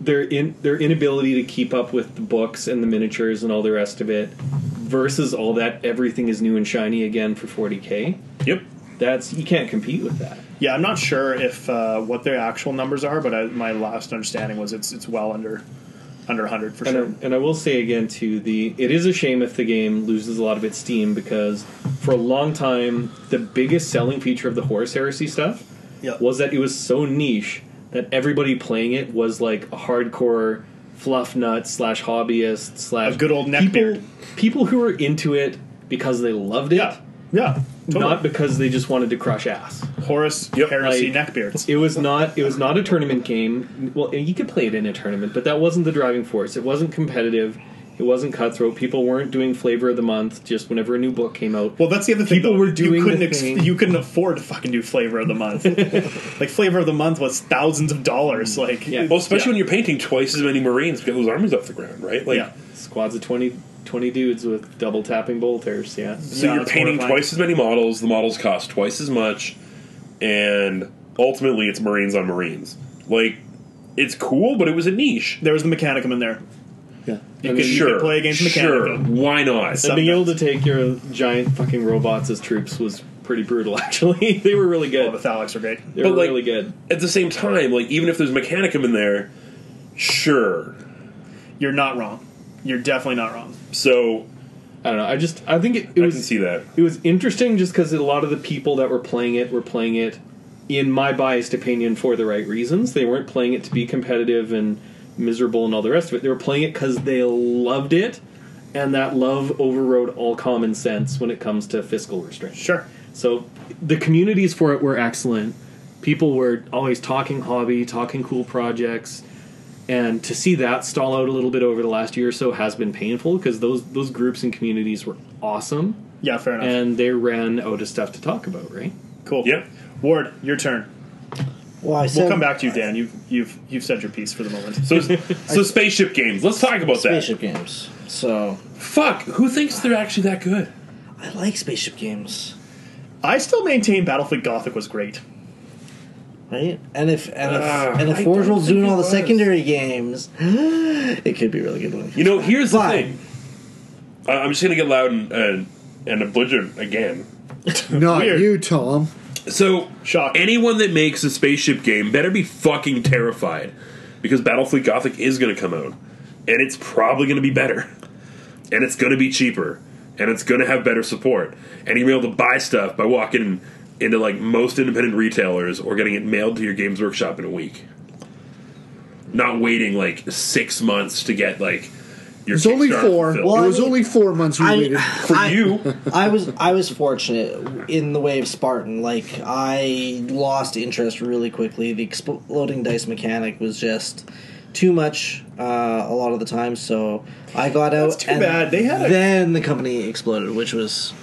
their in their inability to keep up with the books and the miniatures and all the rest of it versus all that everything is new and shiny again for 40k. Yep. That's you can't compete with that. Yeah, I'm not sure if uh, what their actual numbers are, but I, my last understanding was it's it's well under under hundred for And, sure. I, and I will say again too, the it is a shame if the game loses a lot of its steam because for a long time the biggest selling feature of the Horus Heresy stuff Yeah. was that it was so niche that everybody playing it was like a hardcore fluff nut slash hobbyist slash A good old neckbeard. people, people who were into it because they loved it, Yeah, yeah, totally. not because they just wanted to crush ass. Horus Yep. heresy Like- neckbeards. It was not. It was not a tournament game. Well, you could play it in a tournament, but that wasn't the driving force. It wasn't competitive. It wasn't cutthroat. People weren't doing flavor of the month just whenever a new book came out. Well, that's the other thing. People though. were doing you couldn't the ex- thing. you couldn't afford to fucking do flavor of the month. like flavor of the month was thousands of dollars. Like Mm. Yeah. Well, especially when you're painting twice as many Marines to get those armies off the ground, right? Like yeah. squads of twenty Twenty dudes with double tapping bolters. Yeah. So you're it's painting horrifying. twice as many models. The models cost twice as much, and ultimately, it's Marines on Marines. Like, it's cool, but it was a niche. There was the Mechanicum in there. Yeah. You could, you sure, could play against sure. Mechanicum. Why not? And being able to take your giant fucking robots as troops was pretty brutal. Actually, they were really Oh, the good. Thalics are great. They But, were like- really good. At the same time, like even if there's Mechanicum in there, sure. You're not wrong. You're definitely not wrong. So I don't know. I just I think it, it I was can see that. it was interesting just because a lot of the people that were playing it were playing it in my biased opinion for the right reasons they weren't playing it to be competitive and miserable and all the rest of it they were playing it because they loved it and that love overrode all common sense when it comes to fiscal restraint Sure. so the communities for it were excellent. People were always talking hobby, talking cool projects, and to see that stall out a little bit over the last year or so has been painful because those those groups and communities were awesome, Yeah, Ah. fair enough. and they ran out of stuff to talk about. Right? cool. Yeah. Ward, your turn. Well, I said, We'll come back to you, Dan. You've you've you've said your piece for the moment. So so spaceship games. Let's talk about Spaceship games. So that. Fuck. Who thinks they're actually that good? I like spaceship games, I still maintain Battlefleet Gothic was great. right? And if and if Ah, and if I Forge don't World's think doing it all the was. secondary games, it could be a really good one. You know, here's the Why? thing. I- I'm just gonna get loud and and, and belligerent again. Not Weird. you, Tom. So Shock. anyone that makes a spaceship game better be fucking terrified because Battlefleet Gothic is going to come out and it's probably going to be better and it's going to be cheaper and it's going to have better support and you're able to buy stuff by walking into like most independent retailers or getting it mailed to your games workshop in a week not waiting like 6 months to get like your It's only Kickstarter four. fulfilled. Well, it was I mean, only four months we waited. for you I was I was fortunate in the way of Spartan. Like I lost interest really quickly. The exploding dice mechanic was just too much uh, a lot of the time. So I got out. That's too bad. They had a- then the company exploded, which was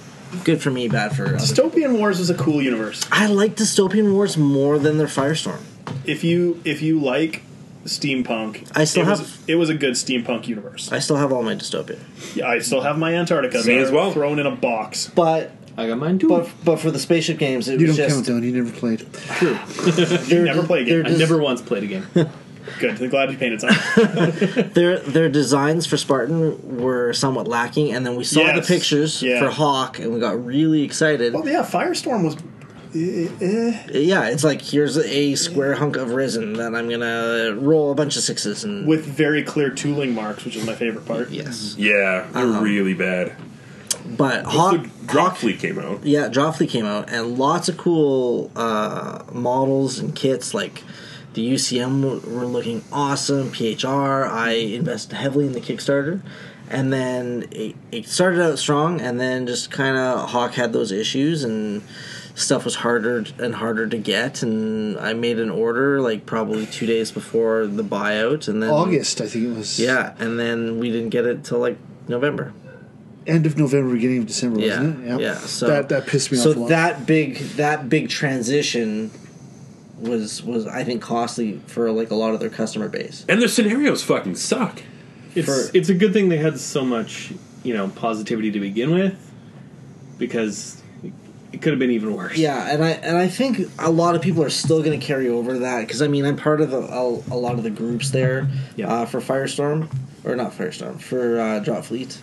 good for me, bad for others. Dystopian Wars was a cool universe. I like Dystopian Wars more than their Firestorm. If you if you like steampunk, I still it have- was, it was a good steampunk universe. I still have all my Dystopia, Yeah, I still have my Antarctica. Me as They're well. Thrown in a box. but I got mine too. but but for the spaceship games, it You was don't just count down. You never played. You never play a game. they're I just- never once played a game. Good. I'm glad you painted something. Their their designs for Spartan were somewhat lacking, and then we saw Yes. the pictures Yeah. for Hawk, and we got really excited. well, yeah, Firestorm was. eh, Yeah, it's like here's a square hunk of resin that I'm gonna roll a bunch of sixes and With very clear tooling marks, which is my favorite part. yes, yeah they're really bad but so Hawk. Drop Fleet came out Yeah, Joffley came out, and lots of cool uh, models and kits. Like the UCM were, were looking awesome. PHR, I invested heavily in the Kickstarter, and then it, it started out strong, and then just kind of Hawk had those issues, and stuff was harder t- and harder to get. And I made an order like probably two days before the buyout, and then August, I think it was. Yeah, and then we didn't get it till like November. End of November, beginning of December, Yeah, wasn't it? yeah. So that that pissed me so off a lot. that big that big transition was was I think costly for like a lot of their customer base. and their scenarios fucking suck It's For- it's a good thing they had so much you know positivity to begin with because it could have been even worse. Yeah, and I and I think a lot of people are still going to carry over that because I mean I'm part of a, a, a lot of the groups there Yeah. uh, for Firestorm or not Firestorm for uh, Drop Fleet,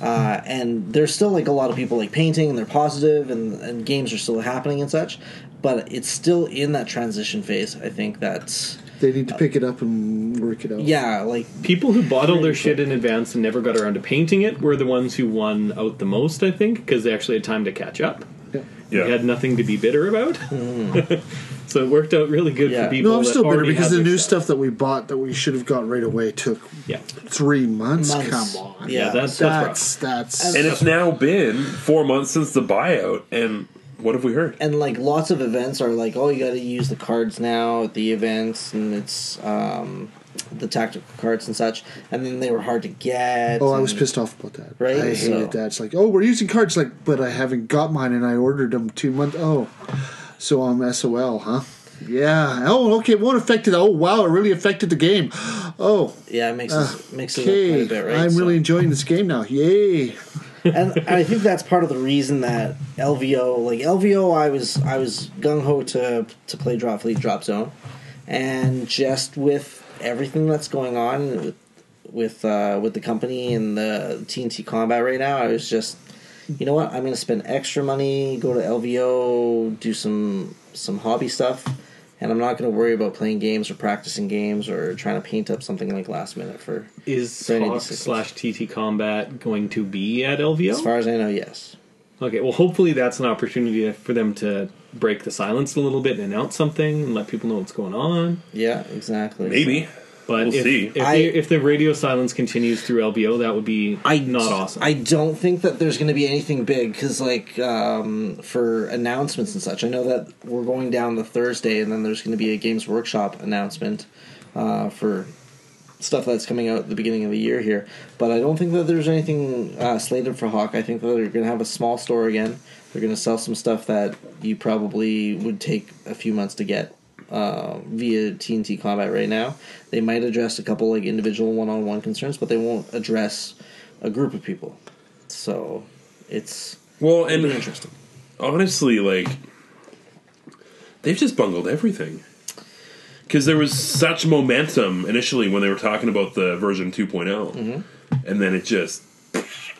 uh, and there's still like a lot of people like painting and they're positive and and games are still happening and such, but it's still in that transition phase. I think that's they need to pick it up and work it out. yeah like People who bought all their shit in advance and never got around to painting it were the ones who won out the most, I think, because they actually had time to catch up. yeah They had nothing to be bitter about. so it worked out really good Yeah. for people. Hmm. No, I'm that still bitter already because had the their new stuff that we bought that we should have got right away took Yeah. three months. Months. Come on, Yeah, that's- that's that's that's. And it's now been four months since the buyout, and what have we heard? and like lots of events are like oh you got to use the cards now at the events and it's um the tactical cards and such and then they were hard to get Oh, I was and- pissed off about that. Right, I hated so- that. It's like, oh, we're using cards, like, but I haven't got mine, and I ordered them two months. Oh, so I'm SOL, huh? Yeah. Oh, okay. It won't affect it. Oh, wow. It really affected the game. Oh, Yeah, it mixes mixes up quite okay. a bit, right? I'm So- really enjoying this game now. Yay. and I think that's part of the reason that LVO, like LVO, I was I was gung ho to to play Drop Fleet Drop Zone, and just with everything that's going on with with uh, with the company and the TNT combat right now, I was just, you know what, I'm gonna spend extra money, go to LVO, do some some hobby stuff. And I'm not going to worry about playing games or practicing games or trying to paint up something like last minute for. Is Brandon Hawk Dixon. slash TT Combat going to be at LVO? As far as I know, yes. Okay, well, hopefully that's an opportunity for them to break the silence a little bit and announce something and let people know what's going on. Yeah, exactly. Maybe. But We'll if, see. If, I- the, if the radio silence continues through LBO, that would be not awesome. I don't think that there's going to be anything big because, like, um, for announcements and such, I know that we're going down the Thursday, and then there's going to be a Games Workshop announcement uh, for stuff that's coming out at the beginning of the year here. But I don't think that there's anything uh, slated for Hawk. I think that they're going to have a small store again. They're going to sell some stuff that you probably would take a few months to get uh, via TNT Combat right now. They might address a couple like individual one-on-one concerns, but they won't address a group of people. So it's Well, and It'll be interesting. honestly, like they've just bungled everything because there was such momentum initially when they were talking about the version 2.0, and then it just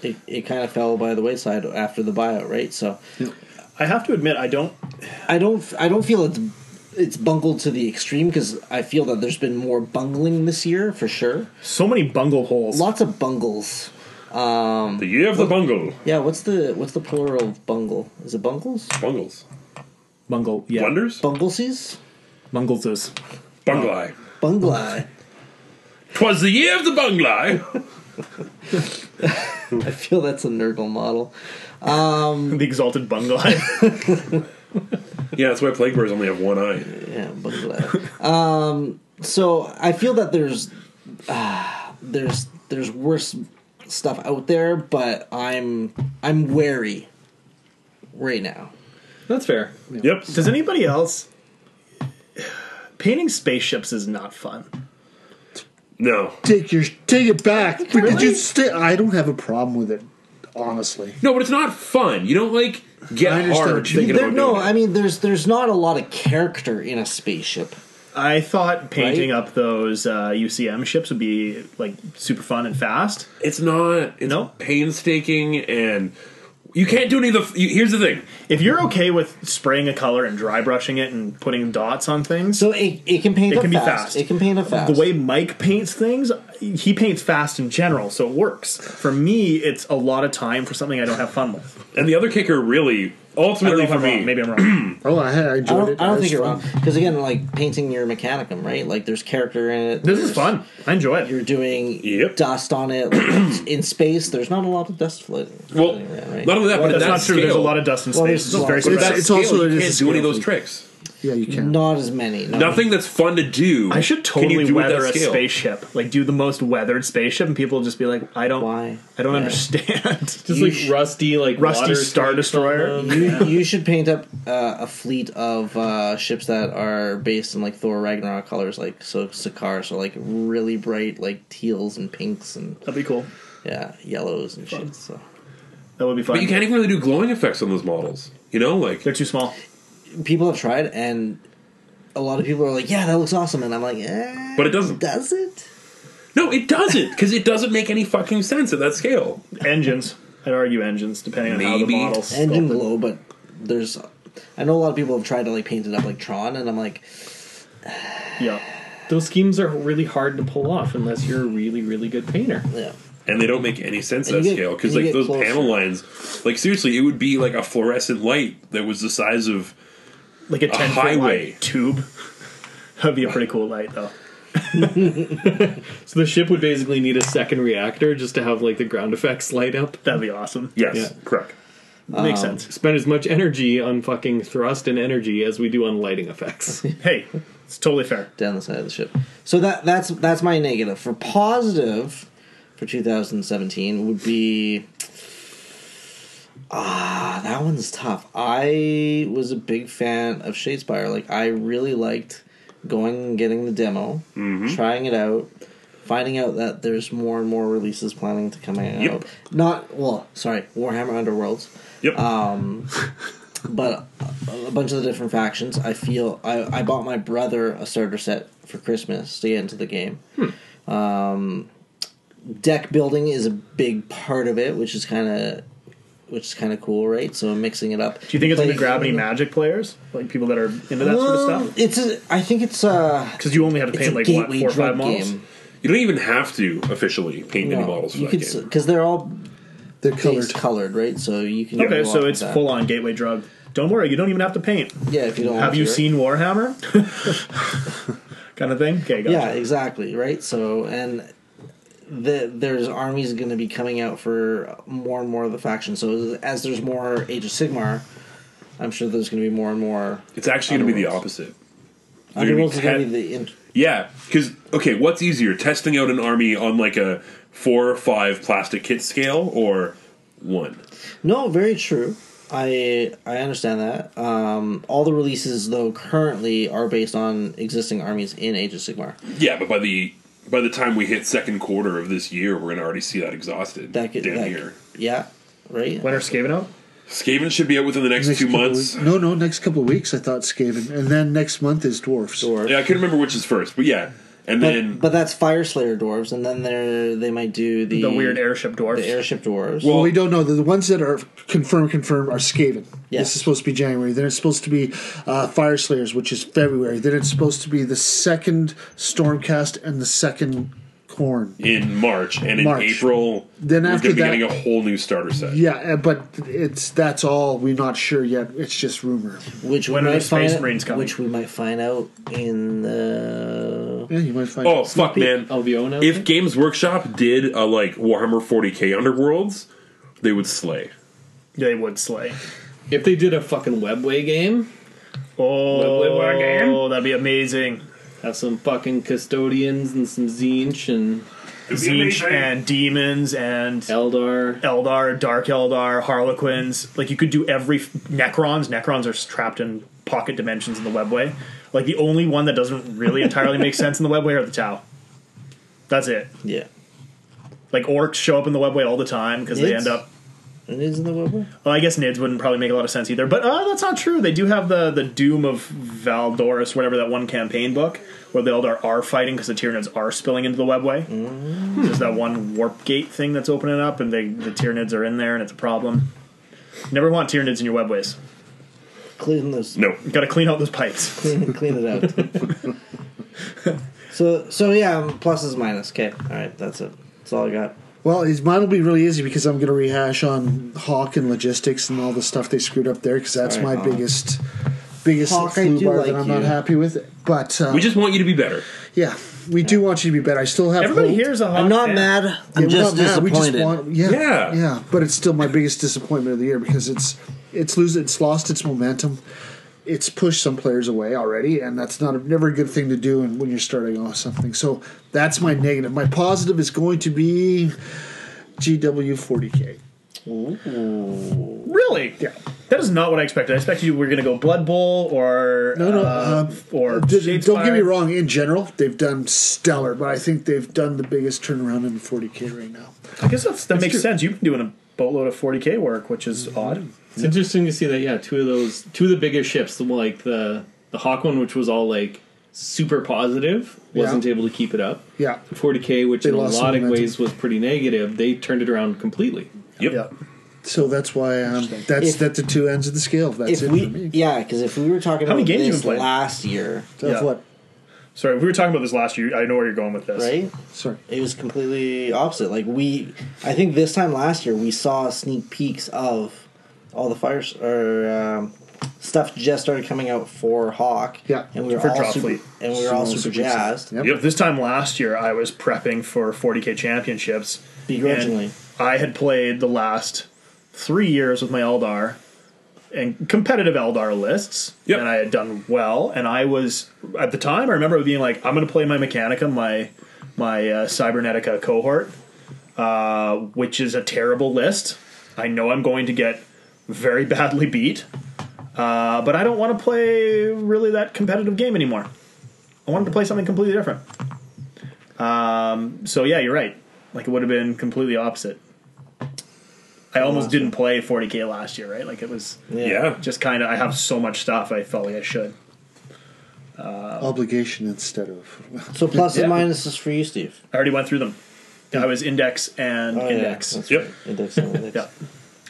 it, it kind of fell by the wayside after the buyout, right? So I have to admit, I don't. I don't I don't feel it's it's bungled to the extreme because I feel that there's been more bungling this year for sure. So many bungle holes. Lots of bungles. the year of the bungle Yeah, what's the what's the plural of bungle? Is it bungles? bungles bungle. Yeah. wonders Bunglesies? Bungles is. bungly. Bungli. Twas the year of the bungly. I feel that's a Nurgle model. The exalted bungle. yeah, that's why plague birds only have one eye. Yeah, Bungli. um, so I feel that there's ah, there's there's worse stuff out there, but I'm I'm wary right now. that's fair. Yep. Does anybody else. Painting spaceships is not fun. No. Take your take it back. But did you stay? I don't have a problem with it, honestly. No, but it's not fun. You don't like get I understand hard what you thinking mean. about There, no, doing it. I mean there's there's not a lot of character in a spaceship. I thought painting Right? up those uh, UCM ships would be like super fun and fast. It's not. It's No? painstaking, and you can't do any of the. f- You, here's the thing. If you're okay with spraying a color and dry brushing it and putting dots on things, So it, it can paint It up can be fast. fast. It can paint up fast. the way Mike paints things, he paints fast in general, so it works. For me, it's a lot of time for something I don't have fun with. And the other kicker, really, I don't know ultimately if for I'm me, wrong. Maybe I'm wrong. Oh, I, I I enjoyed it. don't, I don't It was think you're fun. wrong because again, like painting your mechanicum, right? Like there's character in it. this is there's- fun. I enjoy it. You're doing Yep. dust on it like, it's in space. There's not a lot of dust floating. well, floating around, right? not only that, but That's at that not true. There's a scale- lot of dust in space. Well, it's there's a lot. very But But at that It's surprising. scale, also- it you is can't a do any of scale those thing. tricks. Yeah, you can. Not as many. No. Nothing that's fun to do. I should can you totally do at that weather a scale. spaceship. Like do the most weathered spaceship, and people will just be like, "I don't, Why? I don't Yeah. understand." Just You like sh- rusty, like Rusty water um, Star tanks on Destroyer. them. You, you should paint up uh, a fleet of uh, ships that are based in like Thor Ragnarok colors, like so Sakar, so like really bright like teals and pinks and That'd be cool. yeah yellows and shit. So That would be fun. But you can't even really do glowing effects on those models. You know, like They're too small. people have tried, and a lot of people are like, "Yeah, that looks awesome," and I'm like, eh, But it doesn't. Does it? no, it doesn't because it doesn't make any fucking sense at that scale. Engines. I'd argue engines, depending on how the Maybe. models. Engine glow, but there's. I know a lot of people have tried to like paint it up like Tron, and I'm like, Yeah. Those schemes are really hard to pull off unless you're a really, really good painter. yeah. and they don't make any sense And at you get- scale because and like you get those closer. panel lines like seriously it would be like a fluorescent light that was the size of like a A 10 foot highway. wide tube. That'd be a pretty cool light, though. So the ship would basically need a second reactor just to have like the ground effects light up. That'd be awesome. yes Yeah. correct Makes Um, sense. Spend as much energy on fucking thrust and energy as we do on lighting effects. Hey, it's totally fair. down the side of the ship. So that that's that's my negative. For positive, for 2017 would be ah Ah, that one's tough. I was a big fan of Shadespire. Like, I really liked going and getting the demo, trying it out, finding out that there's more and more releases planning to come out. Yep. Not, well, sorry, Warhammer Underworlds Yep. Uh, but a, a bunch of the different factions. I feel I, I bought my brother a starter set for Christmas to get into the game. Hmm. Um, deck building is a big part of it, which is kind of which is kind of cool, right? So I'm mixing it up. Do you think it's going to grab any Play- magic players, like people that are into that sort of Um, stuff? It's a, I think it's uh Because you only have to it's paint a like what gateway four or drug five models. game. you don't even have to officially paint any models for you that could game. because they're all They're colored. colored. colored, right? So you can do a Okay, lot so with it's that. full on gateway drug. Don't worry, you don't even have to paint. Yeah, if you don't want Have you to, right? seen Warhammer? kind of thing. Okay, gotcha. Yeah, exactly. Right. So, and the, there's armies going to be coming out for more and more of the factions. So, as there's more Age of Sigmar, I'm sure there's going to be more and more. It's actually going to be the Underworlds. opposite. They're gonna be Underworlds is going to ten- be the. In- Yeah, because okay, what's easier, testing out an army on like a four or five plastic kit scale or one? no, very true. I I understand that. Um, all the releases though currently are based on existing armies in Age of Sigmar. Yeah, but by the by the time we hit second quarter of this year, we're gonna already see that exhausted. That could damn that, near. yeah, right. When are Skaven out? Skaven should be out within the next, two couple months. weeks- No, no, next couple of weeks I thought Skaven, and then next month is Dwarfs. Dwarves. Yeah, I couldn't remember which is first, but yeah, and then But, but that's Fire Slayer dwarves, and then they they might do the The, weird airship dwarfs. the airship dwarves. Well, Well, we don't know. The the ones that are confirmed, confirmed are Skaven. Yes. This is supposed to be January. Then it's supposed to be uh, Fire Slayers, which is February. Then it's supposed to be the second Stormcast and the second Corn. in March and in March. April, Then we're after gonna be that- getting a whole new starter set. Yeah, uh, but it's that's all. We're not sure yet. It's just rumor. Which When we are might the Space find- Marines coming? Which we might find out in the. Yeah, you might find. Oh fuck, man! Albiona. If Games Workshop did a like Warhammer 40k Underworlds, they would slay. They would slay. if they did a fucking webway game, Would- would work again? Oh, that'd be amazing. have some fucking custodians and some Zinch and Zinch and demons and Eldar. Eldar, Dark Eldar, Harlequins. Like you could do every Necrons. Necrons are trapped in pocket dimensions in the webway. Like the only one that doesn't really entirely make sense in the webway are the Tau. That's it. Yeah. Like orcs show up in the webway all the time because they Nids? end up. It is in the web. Well, I guess Nids wouldn't probably make a lot of sense either, but uh, that's not true. They do have the the Doom of Valdoris, whatever that one campaign book, where the Eldar are fighting because the Tyranids are spilling into the webway. Mm-hmm. There's that one warp gate thing that's opening up, and they, the Tyranids are in there, and it's a problem. Never want Tyranids in your webways. Clean those. No, You got to clean out those pipes. Clean, clean it out. so so yeah, um, pluses minus. Okay, all right, that's it. That's all I got. Well, his mine will be really easy because I'm going to rehash on Hawk and logistics and all the stuff they screwed up there because that's Sorry, my Hawk. biggest biggest Hawk, I flu do bar like that I'm not you. happy with. But uh, we just want you to be better. yeah, we do want you to be better. I still have Everybody hope. here's a hot I'm not fan. mad. Yeah, I'm we're just not mad, disappointed. yeah, Yeah. yeah, But it's still my biggest disappointment of the year because it's it's losing, it's lost its momentum. It's pushed some players away already, and that's not a, never a good thing to do. And when you're starting off something, so that's my negative. My positive is going to be GW40k. Really? Yeah. That is not what I expected. I expected you were going to go Blood Bowl or No, no. uh, um, or d- don't get me Shadespire. wrong. In general, they've done stellar, but I think they've done the biggest turnaround in 40k right now. I guess that's, that makes sense. You've been doing a boatload of 40k work, which is Mm-hmm. odd. It's interesting to see that. Yeah, two of those, two of the biggest ships, the- like the the Hawk one, which was all like super positive, wasn't Yeah. able to keep it up. Yeah. The 40k, which in a lost some lot of momentum. ways was pretty negative, they turned it around completely. Yep. Yeah. So that's why um, that's If- that's the two ends of the scale. If That's it we, for me. yeah, because if we were talking How many about games you this been playing? last year, That's Yeah. what. Sorry, we were talking about this last year. I know where you're going with this. right? Sorry. It was completely opposite. Like we, I think this time last year we saw sneak peeks of all the fire or um, stuff just started coming out for Hawk. Yeah. and we were For all Drop super, Fleet. and we were all Super super Jazzed. jazzed. Yep. This time last year, I was prepping for 40k championships. Begrudgingly. and I had played the last three years with my Eldar and competitive Eldar lists, Yep. and I had done well. And I was at the time, I remember being like, "I'm going to play my Mechanica, my my uh, Cybernetica cohort, uh, which is a terrible list. I know I'm going to get very badly beat. Uh, but I don't want to play really that competitive game anymore. I wanted to play something completely different. Um, so yeah, you're right. Like it would have been completely opposite. I almost didn't play 40k last year, right? Like it was yeah. just kind of. I have so much stuff. I felt like I should. Obligation instead of. So plus Yeah. and minuses for you, Steve. I already went through them. I was index and Oh, yeah, index. that's Yep. right. Index and index. Yeah.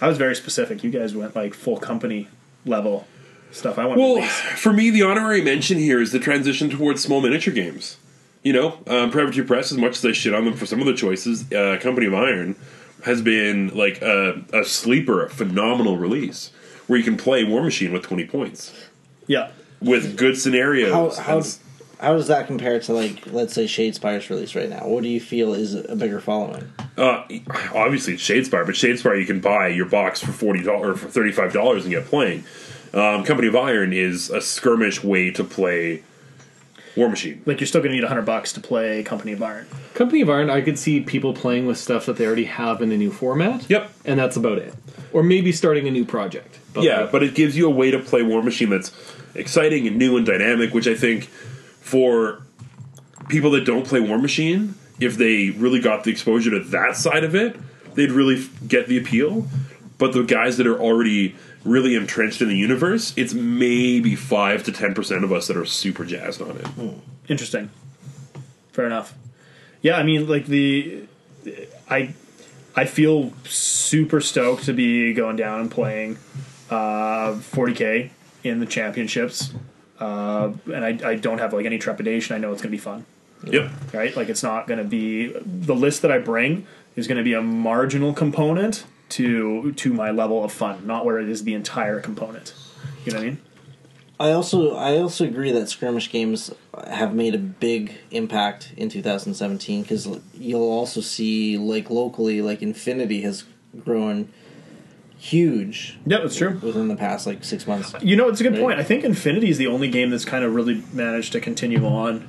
I was very specific. You guys went like full company level stuff. I went Well, release. for me, the honorary mention here is the transition towards small miniature games. You know, um, Privateer Press, as much as I shit on them for some of the choices, uh, Company of Iron has been like a, a sleeper, a phenomenal release where you can play War Machine with 20 points yeah. with good scenarios. How and how s- how does that compare to like let's say Shadespire's release right now? What do you feel is a bigger following? Uh, obviously, it's Shadespire, but Shadespire you can buy your box for forty dollars or for thirty five dollars and get playing. Um, Company of Iron is a skirmish way to play War Machine. Like you're still going to need 100 bucks to play Company of Iron. Company of Iron, I could see people playing with stuff that they already have in a new format. Yep. And that's about it. Or maybe starting a new project. But Yeah, like, but it gives you a way to play War Machine that's exciting and new and dynamic, which I think for people that don't play War Machine, if they really got the exposure to that side of it, they'd really f- get the appeal. But the guys that are already really entrenched in the universe, it's maybe 5 to 10% of us that are super jazzed on it. Interesting. Fair enough. Yeah, I mean, like the, I, I feel super stoked to be going down and playing, uh, 40k in the championships, uh, and I, I don't have like any trepidation. I know it's going to be fun. Yep. right? Like it's not going to be the list that I bring is going to be a marginal component to to my level of fun, not where it is the entire component. You know what I mean? I also I also agree that skirmish games have made a big impact in 2017 because you'll also see like locally like Infinity has grown huge Yeah, that's true. within the past like six months. You know, it's a good Right. point. I think Infinity is the only game that's kind of really managed to continue on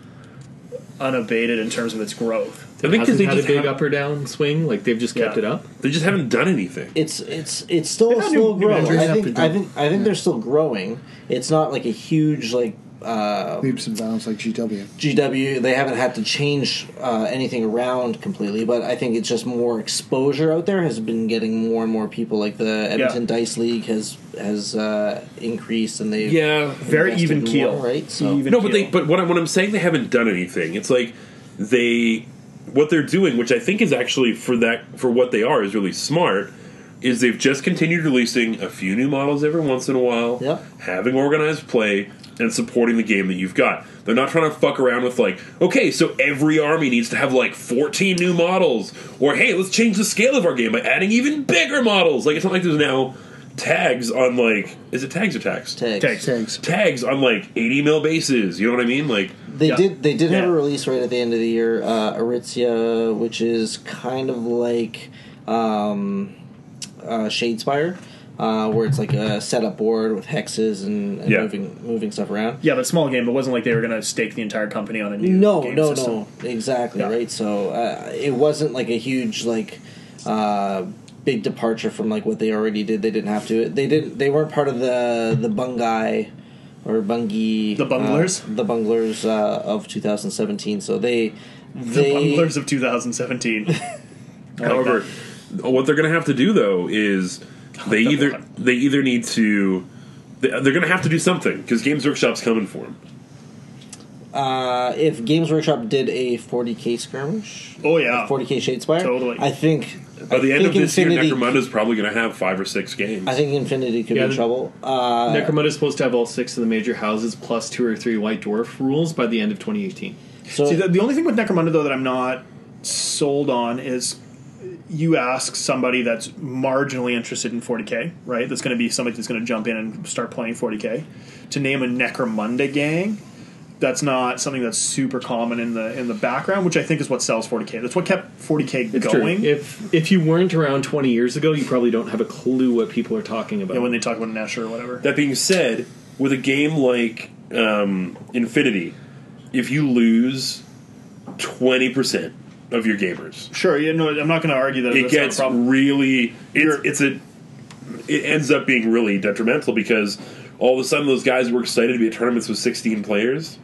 unabated in terms of its growth. I think because hasn't they, had a just big haven't- up or down swing. Like they've just kept Yeah. it up. they just haven't done anything. It's it's it's still a got new- slow new growth. managers I up think and I down. think I think they're still growing. It's not like a huge like uh, Leaps and bounds like GW. GW. They haven't had to change uh, anything around completely, but I think it's just more exposure out there has been getting more and more people. Like the Edmonton Dice League has has uh, increased, and they Yeah. Very Invested even more, keel, right? So- even no, but they keel. but what I'm, what I'm saying they haven't done anything. It's like they what they're doing, which I think is actually for that for what they are is really smart. Is they've just continued releasing a few new models every once in a while, Yep. having organized play and supporting the game that you've got. They're not trying to fuck around with like, okay, so every army needs to have like 14 new models, or hey, let's change the scale of our game by adding even bigger models. Like it's not like there's now tags on like, is it tags or tax? tags. Tags. Tags. tags on like 80 mil bases. You know what I mean? Like, They Yeah. did. They did have a Yeah. release right at the end of the year, uh, Aritzia, which is kind of like um, uh, Shadespire, uh, where it's like a setup board with hexes and, and Yeah. moving moving stuff around. yeah, but small game. It wasn't like they were going to stake the entire company on a new No, game no, system. no, exactly Yeah. right. So uh, it wasn't like a huge like uh, big departure from like what they already did. They didn't have to. They didn't. They weren't part of the the bungai or bungie The bunglers? uh, the bunglers uh, of 2017. So they. The They, bundlers of 2017. however, what they're going to have to do though is they that either one. they either need to they- they're going to have to do something because Games Workshop's coming for them. Uh, if Games Workshop did a 40k skirmish, Oh, yeah. a 40k Shadespire, Totally. I think By the I end of think this Infinity, year, Necromunda's probably going to have five or six games. I think Infinity could Yeah, be in the- trouble. Uh, Necromunda is supposed to have all six of the major houses plus two or three White Dwarf rules by the end of 2018. so See, the, the only thing with Necromunda though that I'm not sold on is you ask somebody that's marginally interested in 40k, right? That's going to be somebody that's going to jump in and start playing 40k to name a Necromunda gang. That's not something that's super common in the in the background, which I think is what sells 40k. That's what kept 40k It's going. true. If if you weren't around 20 years ago, you probably don't have a clue what people are talking about. you know, when they talk about Nesher or whatever. That being said, with a game like um, Infinity, if you lose twenty percent of your gamers, Sure, you know, I'm not going to argue that it that's not a gets problem. really it's, it's a it ends up being really detrimental because all of a sudden those guys were excited to be at tournaments with 16 players.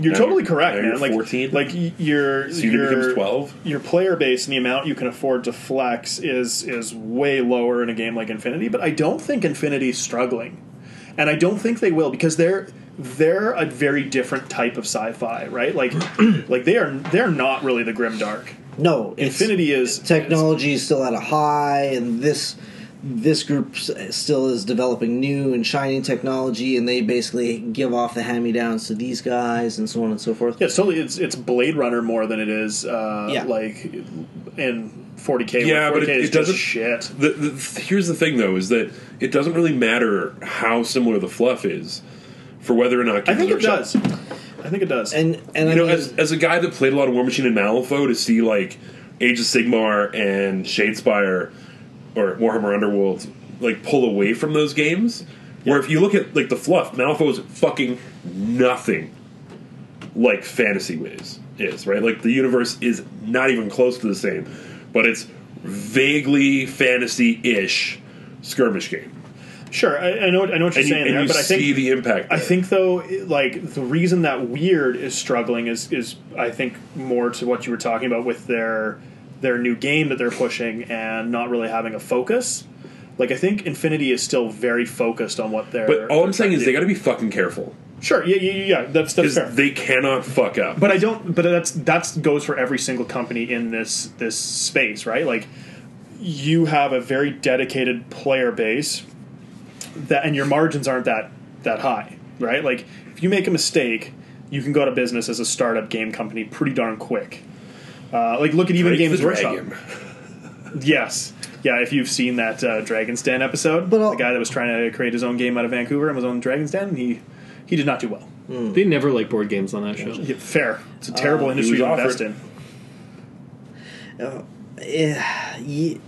You're Now totally you're- correct, now man. you're like 14. like y- your Soon it your becomes 12. Your player base and the amount you can afford to flex is is way lower in a game like Infinity, but I don't think Infinity's struggling. And I don't think they will because they're they're a very different type of sci-fi, right? Like like they are they're not really the grim dark. No, it's- Infinity is technology is still at a high, and this this group s- still is developing new and shiny technology, and they basically give off the hand me downs to these guys, and so on and so forth. Yeah, it's totally. It's it's Blade Runner more than it is uh, Yeah. like in 40k. Yeah, where but it- 40K is it just doesn't- shit. The, the, here's the thing, though, is that it doesn't really matter how similar the fluff is for whether or not. I think Kingdom it Hearts- does. I think it does. And and I Um, You know, mean, as, as a guy that played a lot of War Machine and Malifaux, to see like Age of Sigmar and Shadespire or Warhammer Underworld like pull away from those games, where if you look at like the fluff, Malifaux is fucking nothing like Fantasy Ways is right. Like the universe is not even close to the same, but it's vaguely fantasy-ish skirmish game, sure, I, I know. I know what and you're you, saying and there, you but I see think the impact. I there. think though, it- like the reason that Weird is struggling is is I think more to what you were talking about with their their new game that they're pushing and not really having a focus. Like I think Infinity is still very focused on what they're. But all I'm saying they're trying is to they do. got to be fucking careful sure. Yeah, yeah, yeah. That's that's because fair. they cannot fuck up. But I don't. But that's that's goes for every single company in this this space, right? Like you have a very dedicated player base that, and your margins aren't that that high, right? Like if you make a mistake, you can go to business as a startup game company pretty darn quick. Uh, like look at even Drake the Games Workshop. Dragon. Yes, yeah. If you've seen that uh, Dragon's Den episode, But I'll- the guy that was trying to create his own game out of Vancouver and was on Dragon's Den, and he he did not do well. They never like board games on that show. Yeah, fair. It's a terrible industry Uh, was to invest offered. in. eh, uh, ye-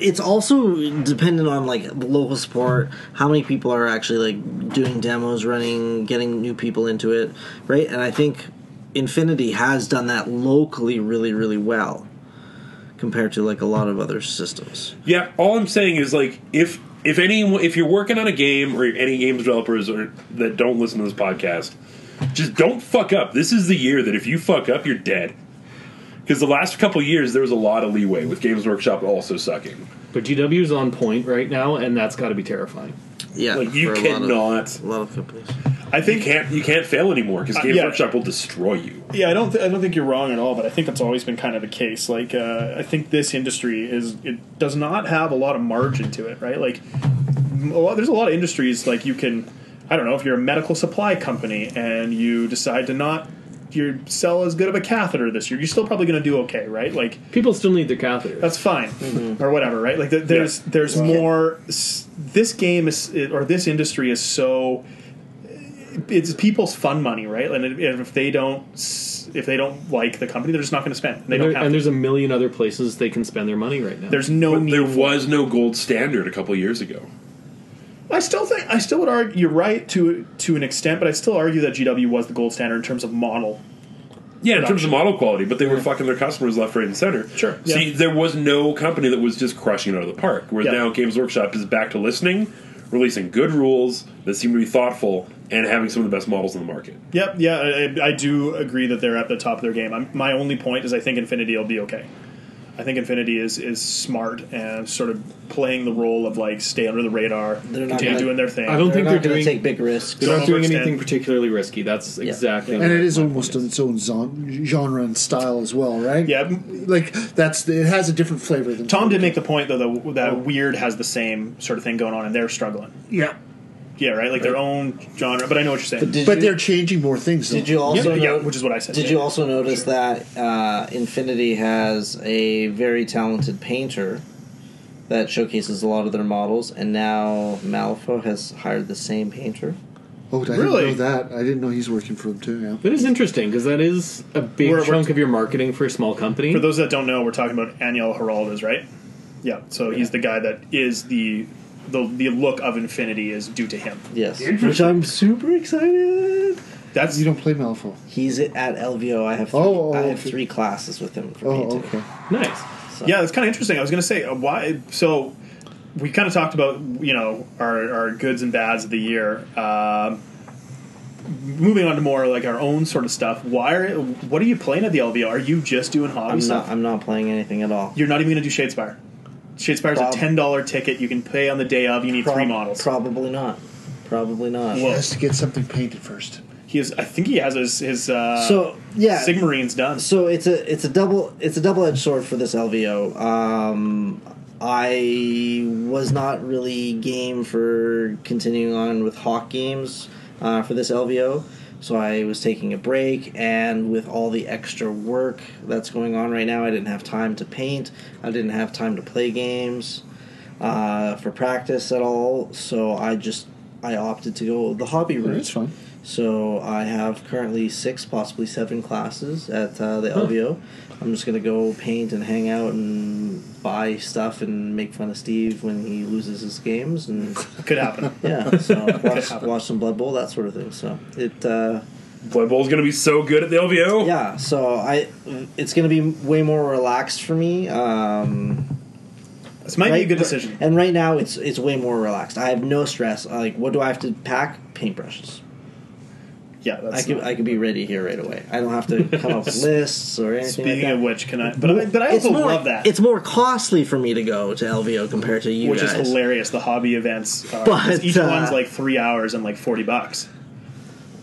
it's also dependent on like the local support, how many people are actually like doing demos, running, getting new people into it, right? And I think Infinity has done that locally really really well compared to like a lot of other systems. Yeah, all I'm saying is like if if anyone if you're working on a game or any games developers or that don't listen to this podcast, just don't fuck up. This is the year that if you fuck up, you're dead. Because the last couple years there was a lot of leeway with Games Workshop also sucking. But GW's on point right now, and that's got to be terrifying. Yeah, Like you for a lot of- cannot, a lot of companies. I you think Uh, can't, you can't fail anymore because Games yeah. Workshop will destroy you. Yeah, I don't. Th- I don't think you're wrong at all, but I think that's always been kind of the case. Like, uh, I think this industry is it does not have a lot of margin to it, right? Like, m- a lot, there's a lot of industries like you can. I don't know if you're a medical supply company and you decide to not you sell as good of a catheter this year, you're still probably going to do okay, right? Like, People still need their catheters. that's fine or whatever right like th- there's there's more s- this game is or this industry is so it's people's fun money right and if- if they don't s- if they don't like the company they're just not going to spend they don't and, there, have to. and there's a million other places they can spend their money right now. there's no But there need was no gold standard a couple years ago. I still think I still would argue you're right to to an extent but I still argue that GW was the gold standard in terms of model Yeah, in terms of model quality, but they were fucking their customers left, right, and center. Sure, See, yeah. there was no company that was just crushing it out of the park. Whereas Yeah. now Games Workshop is back to listening, releasing good rules that seem to be thoughtful, and having some of the best models in the market. yep yeah I, I do agree that they're at the top of their game I'm, my only point is I think Infinity will be okay I think Infinity is is smart and sort of playing the role of like stay under the radar, They're not continue gonna- doing their thing. I don't They're think not they're going to doing. take big risks. they're not doing overextend. anything particularly risky. That's exactly. and it what is my almost point is. its own zon- genre and style as well, right? Yeah, m- like that's it has a different flavor than Tom did make the point though that, that Weird has the same sort of thing going on, and they're struggling. Yeah, Yeah, right, like their own genre. But I know what you're saying. But did but you, they're changing more things. Though. did you also yeah, yeah, note- which is what I said. Did yeah. you also notice that uh, Infinity has a very talented painter that showcases a lot of their models, and now Malifaux has hired the same painter? Oh, I Really? didn't know that. I didn't know he's working for them too. Yeah. That is interesting because that is a big We're- we're- chunk of your marketing for a small company. For those that don't know, we're talking about Aniel Geraldes, right? Yeah, so he's the guy that is the the the look of Infinity is due to him. Yes. Which I'm super excited. That's You don't play Malifaux. He's at LVO. I have three, Oh, oh, I have okay. three classes with him for Oh, painting. okay. nice. So- yeah, that's kind of interesting. I was going to say uh, why so. we kind of talked about you know our, our goods and bads of the year. Um, moving on to more like our own sort of stuff. Why are what are you playing at the LVO? Are you just doing hobby I'm stuff? not. I'm not playing anything at all. You're not even going to do Shadespire. Shadespire is a Prob- ten dollar ticket you can pay on the day of. You need three Prob- models. Probably not. Probably not. Whoa. has to get something painted first. He is. I think he has his his uh, So yeah, Sigmarine's done. so it's a it's a double it's a double edged sword for this LVO. Um, I was not really game for continuing on with Hawk games uh, for this LVO, so I was taking a break. And with all the extra work that's going on right now, I didn't have time to paint. I didn't have time to play games uh, for practice at all. So I just I opted to go the hobby route. That's fine. So I have currently six, possibly seven classes at uh, the LVO. I'm just gonna go paint and hang out and buy stuff and make fun of Steve when he loses his games and Could happen. yeah, so watch, watch some Blood Bowl that sort of thing. So it uh, Blood Bowl's going to be so good at the LVO. yeah, so I it's gonna be way more relaxed for me. Um, This might be a Right? good decision. And right now, it's it's way more relaxed. I have no stress. Like, what do I have to pack? Paintbrushes. Yeah, that's I could not- I could be ready here right away. I don't have to come up with lists or anything. like Speaking that. of which, can I? But I, but I also more, love that, It's more costly for me to go to LVO compared to you which guys. is hilarious. The hobby events, are, But, 'cause each uh, one's like three hours and like forty bucks,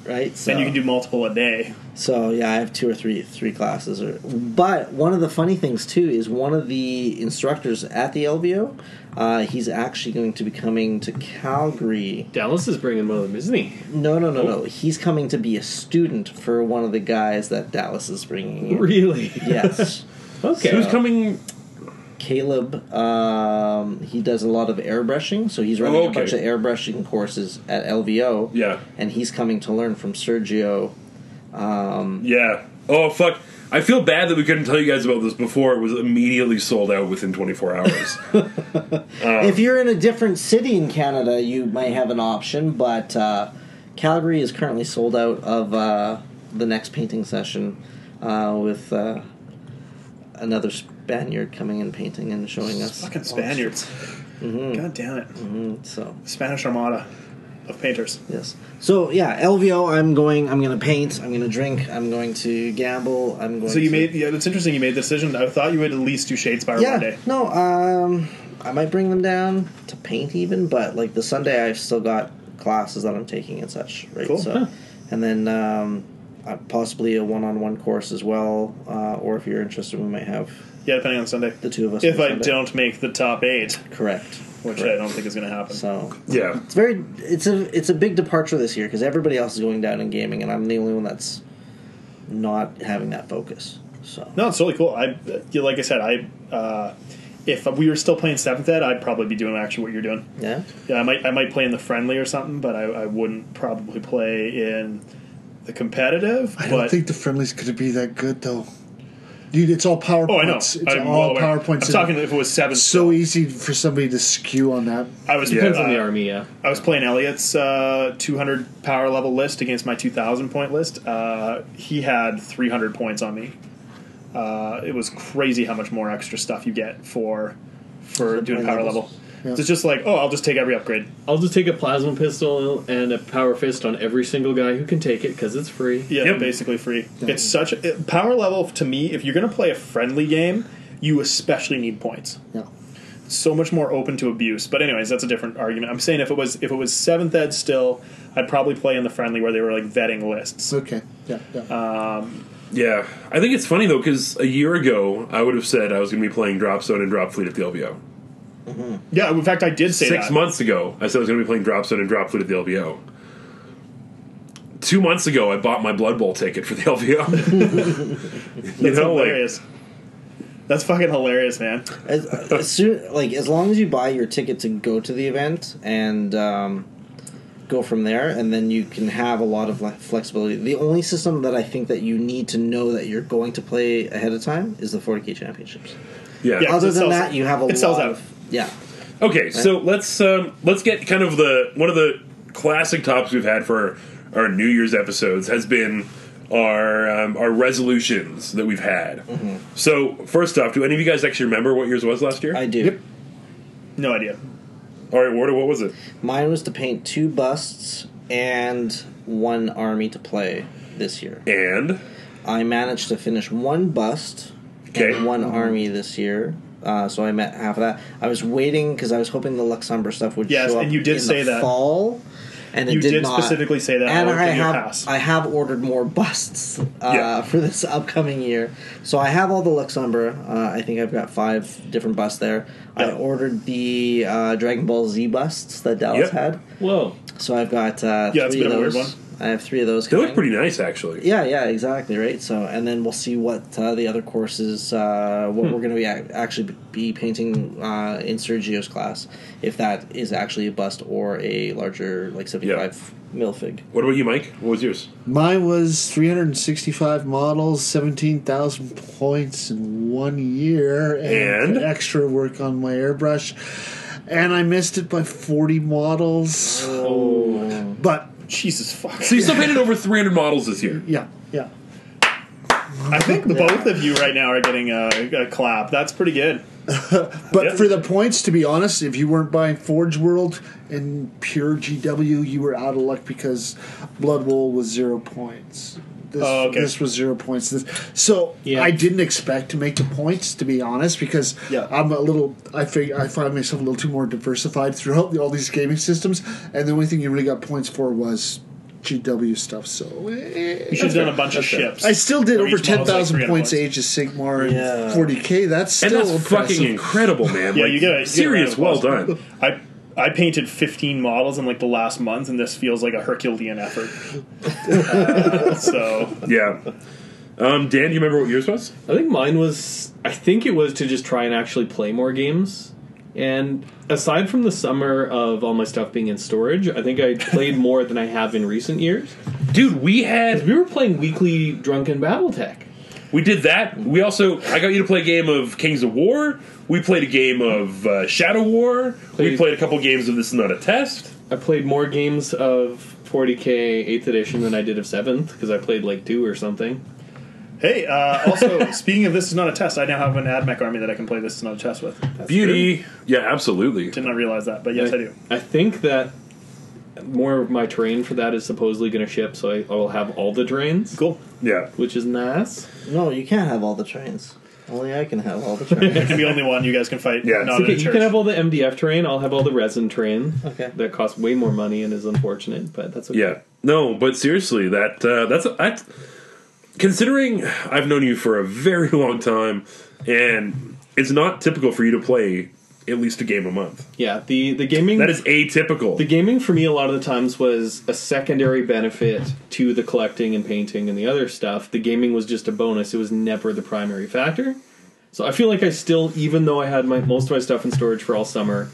right? So, and you can do multiple a day. so yeah, I have two or three three classes. Or, but one of the funny things too is one of the instructors at the LVO, uh, he's actually going to be coming to Calgary. Dallas is bringing one of them, isn't he? No, no, no, no. He's coming to be a student for one of the guys that Dallas is bringing. In. Really? Yes. Uh, Okay. Who's coming? Caleb, um, he does a lot of airbrushing, so he's running Oh, a okay. bunch of airbrushing courses at LVO. Yeah. and he's coming to learn from Sergio. Um, Yeah. Oh fuck. I feel bad that we couldn't tell you guys about this before. It was immediately sold out within 24 hours. if you're in a different city in Canada, you might have an option, but uh, Calgary is currently sold out of uh, the next painting session uh, with uh, another Spaniard coming and painting and showing us. Fucking Spaniards! Mm-hmm. God damn it, So Spanish Armada of painters. Yes. So yeah, LVO. I'm going. I'm going to paint. I'm going to drink. I'm going to gamble. I'm going. So you to, made yeah, it's interesting. You made the decision. I thought you would at least do Shadespire Yeah. one day. No. Um. I might bring them down to paint even, but like the Sunday, I've still got classes that I'm taking and such. Right. Cool. So, Huh. and then um, uh, possibly a one-on-one course as well. Uh, or if you're interested, we might have Yeah, depending on Sunday. the two of us. If on I Sunday. don't make the top eight, correct. which I Correct. don't think is going to happen. So yeah. it's very it's a it's a big departure this year because everybody else is going down in gaming and I'm the only one that's not having that focus. So No, it's really cool. I yeah, like I said, I uh, if we were still playing seventh ed, I'd probably be doing actually what you're doing. yeah, Yeah, I might I might play in the friendly or something, but I, I wouldn't probably play in the competitive. I but don't think the friendly's going to be that good though. Dude, it's all PowerPoints. oh, I know. It's I'm well all aware. PowerPoints. I'm talking if it was seven. it's so still. easy for somebody to skew on that. I was Depends uh, on the army, yeah. I was playing Elliot's uh, 200 power level list against my 2,000 point list. Uh, he had 300 points on me. Uh, it was crazy how much more extra stuff you get for for doing point power levels. level. Yeah. So it's just like, oh, I'll just take every upgrade. I'll just take a plasma pistol and a power fist on every single guy who can take it because it's free. Yeah, Yep. basically free. It's such it, power level to me. If you're going to play a friendly game, you especially need points. no, so much more open to abuse. But anyways, that's a different argument. I'm saying if it was if it was seventh ed still, I'd probably play in the friendly where they were like vetting lists. Okay. Yeah. yeah. Uh, Yeah. I think it's funny though cuz a year ago I would have said I was going to be playing Drop Zone and Drop Fleet at the LVO. Yeah, in fact, I did say 6 that. months ago I said I was going to be playing Drop Zone and Drop Fleet at the LVO. 2 months ago I bought my Blood Bowl ticket for the LVO. you That's know like hilarious. that's fucking hilarious, man. as, as soon like as long as you buy your ticket to go to the event and um, go from there, and then you can have a lot of like, flexibility. The only system that I think that you need to know that you're going to play ahead of time is the 40k championships. yeah. Yeah. Other it than sells- that, you have a it lot sells out. of yeah. Okay, so let's um, let's get kind of the one of the classic topics we've had for our, our New Year's episodes has been our um, our resolutions that we've had. Mm-hmm. So first off, do any of you guys actually remember what yours was last year? I do. Yep. No idea. All right, Warder, what was it? Mine was to paint two busts and one army to play this year. And I managed to finish one bust Okay. and one army this year. Uh, so I met half of that. I was waiting because I was hoping the Luxembourg stuff would Yes, show up and you did in say the that. fall, and it You did, did not. specifically say that And in I your have pass. I have ordered more busts uh, Yeah. for this upcoming year. So I have all the Luxembourg. Uh, I think I've got five different busts there. I Yeah. ordered the uh, Dragon Ball Z busts that Dallas Yep. had. Whoa. So I've got uh, Yeah, it's three been a of weird those. one. I have three of those. they look coming. pretty nice, actually. Yeah, yeah, exactly, right. So, and then we'll see what uh, the other courses, uh, what we're going to be ac actually be painting uh, in Sergio's class, if that is actually a bust or a larger, like seventy-five mil fig. What about you, Mike? What was yours? Mine was 365 models, 17,000 points in one year, and, And? extra work on my airbrush. And I missed it by 40 models. Oh. But, Jesus fuck. So you still painted over 300 models this year. yeah, yeah. I think both of you right now are getting a, a clap. That's pretty good. But Yeah. for the points, to be honest, if you weren't buying Forge World and pure GW, you were out of luck because Blood Bowl was zero points. This, Oh, okay. this was zero points. This, so Yeah. I didn't expect to make the points, to be honest, because Yeah. I'm a little. I fig- I find myself a little too more diversified throughout the, all these gaming systems, and the only thing you really got points for was GW stuff. So eh, You should have done a bunch of ships. I still did Where over each model's ten like thousand 300 points, points. Age of Sigmar, Yeah. and 40k. That's And still that's impressive. fucking incredible, man. Yeah, like, you get a- you get a serious. well round of applause. done. I I painted 15 models in like the last month, and this feels like a Herculean effort. Uh, so yeah. Um, Dan, you remember what yours was? I think mine was. I think it was to just try and actually play more games. And aside from the summer of all my stuff being in storage, I think I played more than I have in recent years. Dude, we had We were playing weekly Drunken Battletech. we did that. We also I got you to play a game of Kings of War. We played a game of uh, Shadow War. We Played- played a couple games of This Is Not a Test. I played more games of 40k 8th edition than I did of 7th because I played like two or something. hey, uh, also speaking of this is not a test. I now have an AdMech army that I can play this is not a test with. Beauty. Yeah, absolutely. Did not realize that, but yes, I do. I think that more of my terrain for that is supposedly going to ship, so I, I will have all the terrains, Cool. Yeah. which is nice. No, you can't have all the trains. Only I can have all the trains. It can be only one. You guys can fight. Yeah. not Okay, in a you church. can have all the MDF terrain. I'll have all the resin terrain. Okay. That costs way more money and is unfortunate, but that's okay. Yeah. No, but seriously, that uh, that's that's considering I've known you for a very long time, and it's not typical for you to play at least a game a month. Yeah. The the gaming That is atypical. the gaming for me a lot of the times was a secondary benefit to the collecting and painting and the other stuff. The gaming was just a bonus. It was never the primary factor. So I feel like I still, even though I had my most of my stuff in storage for all summer,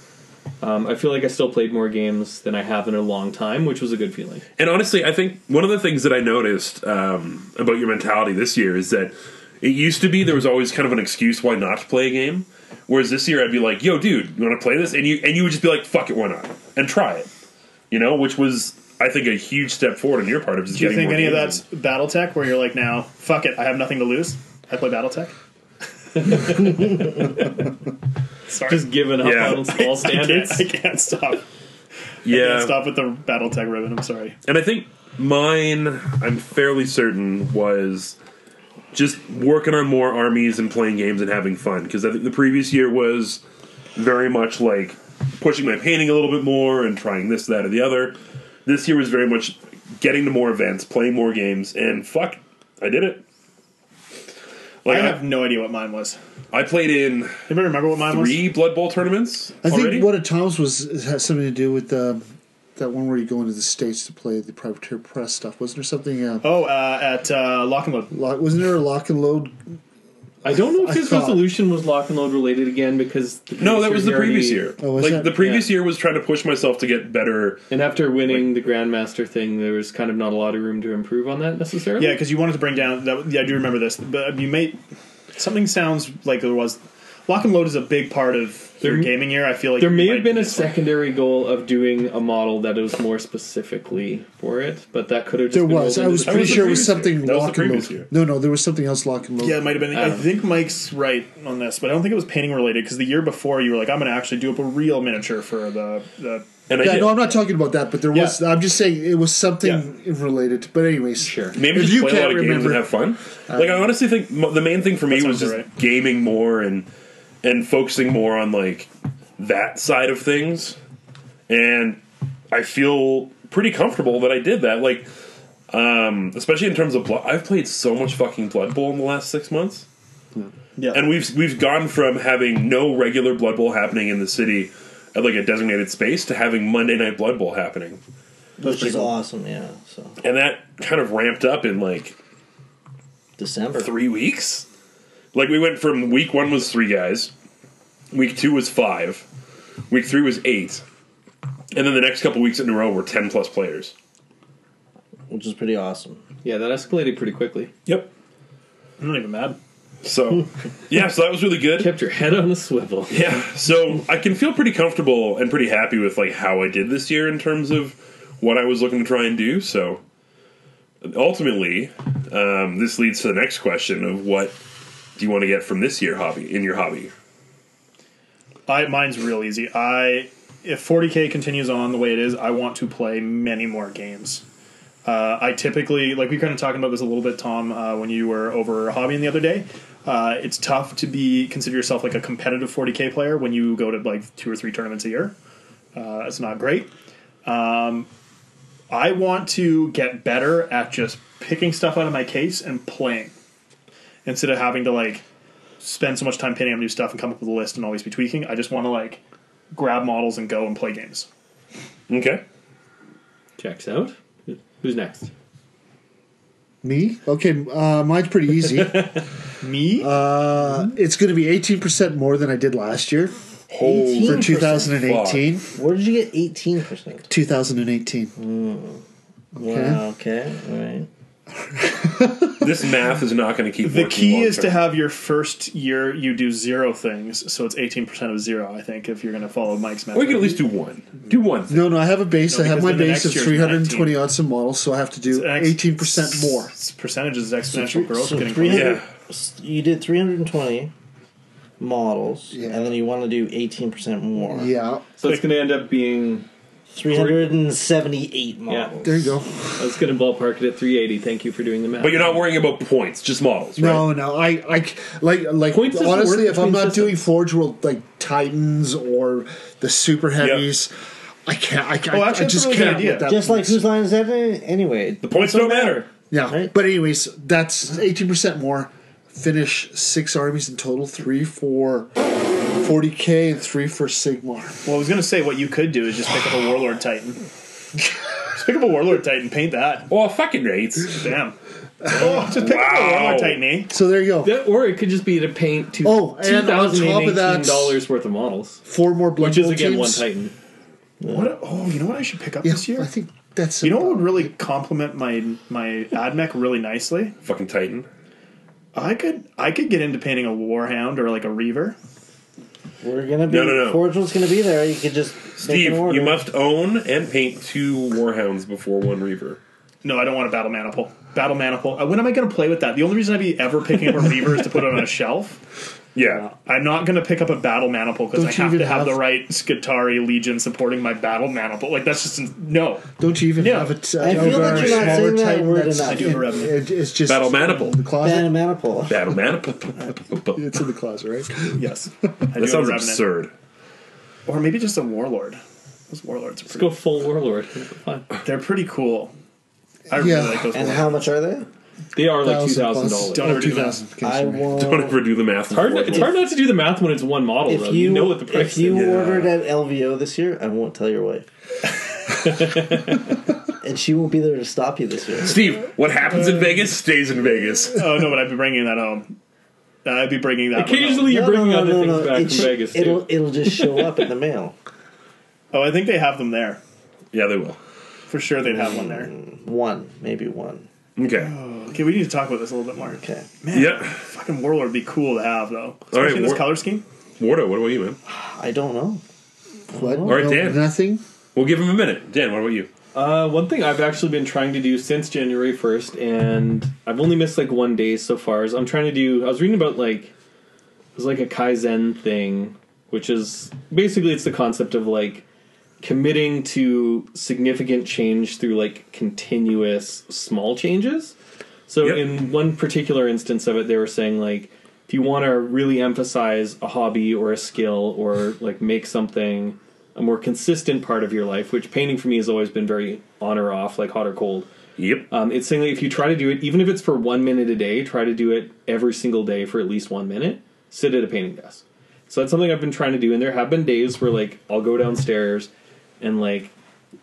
um, I feel like I still played more games than I have in a long time, which was a good feeling. And honestly, I think one of the things that I noticed um, about your mentality this year is that it used to be there was always kind of an excuse why not to play a game. Whereas this year, I'd be like, "Yo, dude, you want to play this?" And you and you would just be like, "Fuck it, why not?" and try it. You know, which was I think a huge step forward on your part of just Do you getting think more any of games that's BattleTech, where you're like, now, fuck it, I have nothing to lose. I play BattleTech. Sorry, Just giving up Yeah. on all I can't, standards. I can't stop. in. I can't yeah. stop with the BattleTech ribbon. I'm sorry. And I think mine, I'm fairly certain, was just working on more armies and playing games and having fun. Because I think the previous year was very much like pushing my painting a little bit more and trying this, that, or the other. This year was very much getting to more events, playing more games, and fuck, I did it. I Like I, have no idea what mine was. I played in Anybody remember what mine was? three Blood Bowl tournaments I already. think one of Tom's was has something to do with the that one where you go into the states to play the privateer press stuff. Wasn't there something? Uh, Oh, uh, at uh, Lock and Load. lock, wasn't there a lock and load? I don't know if I his thought- resolution was lock and load related again because the no, that previous was the he already- previous year. Oh, was like it? the previous year was trying to push myself to get better And after winning the Grandmaster thing, there was kind of not a lot of room to improve on that necessarily. Yeah, because you wanted to bring down. That, yeah, I do remember this. But you made something sounds like there was. Lock and Load is a big part of through gaming year. I feel like There may might- have been a secondary goal of doing a model that is more specifically for it, but that could have just There been was. rolled I into was the- pretty was the sure it was previous something year. That was the lock and previous load. year. No, no, there was something else lock and load. Yeah, it might have been. I, Oh. think Mike's right on this, but I don't think it was painting related because the year before you were like, "I'm going to actually do up a real miniature for the the." And I Yeah, did. no, I'm not talking about that, but there was. I'm just saying it was something related. But anyways, sure. Maybe if just you play can't a lot of games remember, Uh, and have fun. Like I honestly think mo- the main thing for me was sounds just right. gaming more and and focusing more on like that side of things. And I feel pretty comfortable that I did that. Like, um, especially in terms of Blood, I've played so much fucking Blood Bowl in the last six months. Yeah, And we've we've gone from having no regular Blood Bowl happening in the city at like a designated space to having Monday Night Blood Bowl happening which is awesome. Yeah. So and that kind of ramped up in like December. three weeks. Like we went from week one was three guys, week two was five, week three was eight, and then the next couple weeks in a row were ten plus players. which is pretty awesome. Yeah, that escalated pretty quickly. Yep. I'm not even mad. So yeah, so that was really good. Kept your head on a swivel. Yeah. So I can feel pretty comfortable and pretty happy with like how I did this year in terms of what I was looking to try and do. So ultimately, um, this leads to the next question of what do you want to get from this year hobby in your hobby? I mine's real easy. I if 40k continues on the way it is, I want to play many more games. Uh, I typically like we were kind of talking about this a little bit, Tom, uh, when you were over hobbying the other day. Uh, it's tough to be consider yourself like a competitive 40k player when you go to like two or three tournaments a year. Uh, it's not great. Um, I want to get better at just picking stuff out of my case and playing instead of having to like spend so much time painting up new stuff and come up with a list and always be tweaking. I just want to like grab models and go and play games. Okay. Checks out. Who's next? me. Okay, uh, mine's pretty easy. uh, Me? it's going to be 18 percent more than I did last year Holy for 18%. 2018. Where did you get eighteen percent? 2018. Wow. Okay. All right. this math is not going to keep. the working key long is to term. have your first year you do zero things, so it's eighteen percent of zero. I think if you're going to follow Mike's method, Or you can at least do one. Do one. Thing. No, no, I have a base. No, I have because my then the next base of year's 320 19. odds some models, so I have to do Ex- 18 percent more. S- Percentages is exponential growth. so getting 300 closer. Yeah. s- You did three hundred and twenty models, Yeah. and then you want to do eighteen percent more. Yeah, So it's going to end up being. Three hundred and seventy-eight models. there you go. I was going to ballpark it at 380. Thank you for doing the math. But you're not worrying about points, just models, right? No, no, I, I c- like, like Points doesn't honestly, work if I'm between not doing systems. Forge World like Titans or the Super Heavies, I can't. I, can't. Oh, I actually, that's just a really good can't. idea. with that Just like list. whose line is that any- anyway? The points don't matter. yeah. right? But anyways, that's 18 percent more. Finish six armies in total: three for 40k and three for Sigmar. Well, I was going to say what you could do is just pick up a warlord titan. just pick up a warlord titan, paint that. Oh, fucking rates. Damn. Oh, just pick up a Wow. warlord titan. Eh? So there you go. That- or it could just be to paint two, Oh, and on top of that- $2,018 worth of models. Four more blood Which is Bowl again one teams. Titan. What? a- oh, you know what I should pick up Yeah, this year? I think that's You know what would really complement my my admech really nicely? fucking Titan. I could I could get into painting a warhound or like a reaver. We're gonna be No, no, no. Forge World's gonna be there. You could just make Steve, an order. you must own and paint two Warhounds before one Reaver. No, I don't want a battle maniple. Battle maniple. uh, When am I going to play with that? The only reason I'd be ever picking up a reaver is to put it on a shelf. Yeah. I'm not going to pick up a battle maniple because Don't I you have to even have, the have- right Skitari Legion supporting my battle maniple. Like that's just no. Don't you even Yeah. have it? I feel that you're not saying that word enough. I do have a revenue. It's just Battle Maniple. The closet. Banana Maniple. Battle Maniple. It's in the closet, right? Yes, I do have a That sounds revenant. absurd. Or maybe just a warlord. Those warlords are Let's go pretty. full Warlord. They're pretty cool. I Yeah. really like those. And warlords. how much are they? They are like $1,000 $2,000. Don't Oh, ever do 2000. Okay, I sorry. won't. Don't ever do the math. It's hard, it's hard not to do the math when it's one model, though. If You, you, know what the price if you is. Yeah. ordered at LVO this year, I won't tell your wife. and she won't be there to stop you this year. Steve, what happens in Vegas stays in Vegas. Oh no, but I'd be bringing that home. I'd be bringing that. one home. Occasionally, you're bringing other things back It from sh- Vegas. too. It'll it'll just show up in the mail. Oh, I think they have them there. Yeah, they will. For sure, they'd have one there. Mm. One, maybe one. Oh, Okay. Okay, we need to talk about this a little bit more. Okay. Yeah. Fucking Warlord would be cool to have, though. All right, Especially this War- color scheme. Wardo, what about you, man? I don't know. What? All right, Dan. Nothing. We'll give him a minute. Dan, what about you? Uh, one thing I've actually been trying to do since January 1st, and I've only missed like one day so far, is I'm trying to do. I was reading about like. It was like a Kaizen thing, which is basically it's the concept of like committing to significant change through like continuous small changes. So Yep. in one particular instance of it, they were saying like if you want to really emphasize a hobby or a skill or like make something a more consistent part of your life, which painting for me has always been very on or off, like hot or cold. Yep. Um, it's saying that if you try to do it, even if it's for one minute a day, try to do it every single day for at least one minute. Sit at a painting desk. So that's something I've been trying to do, and there have been days where like I'll go downstairs and like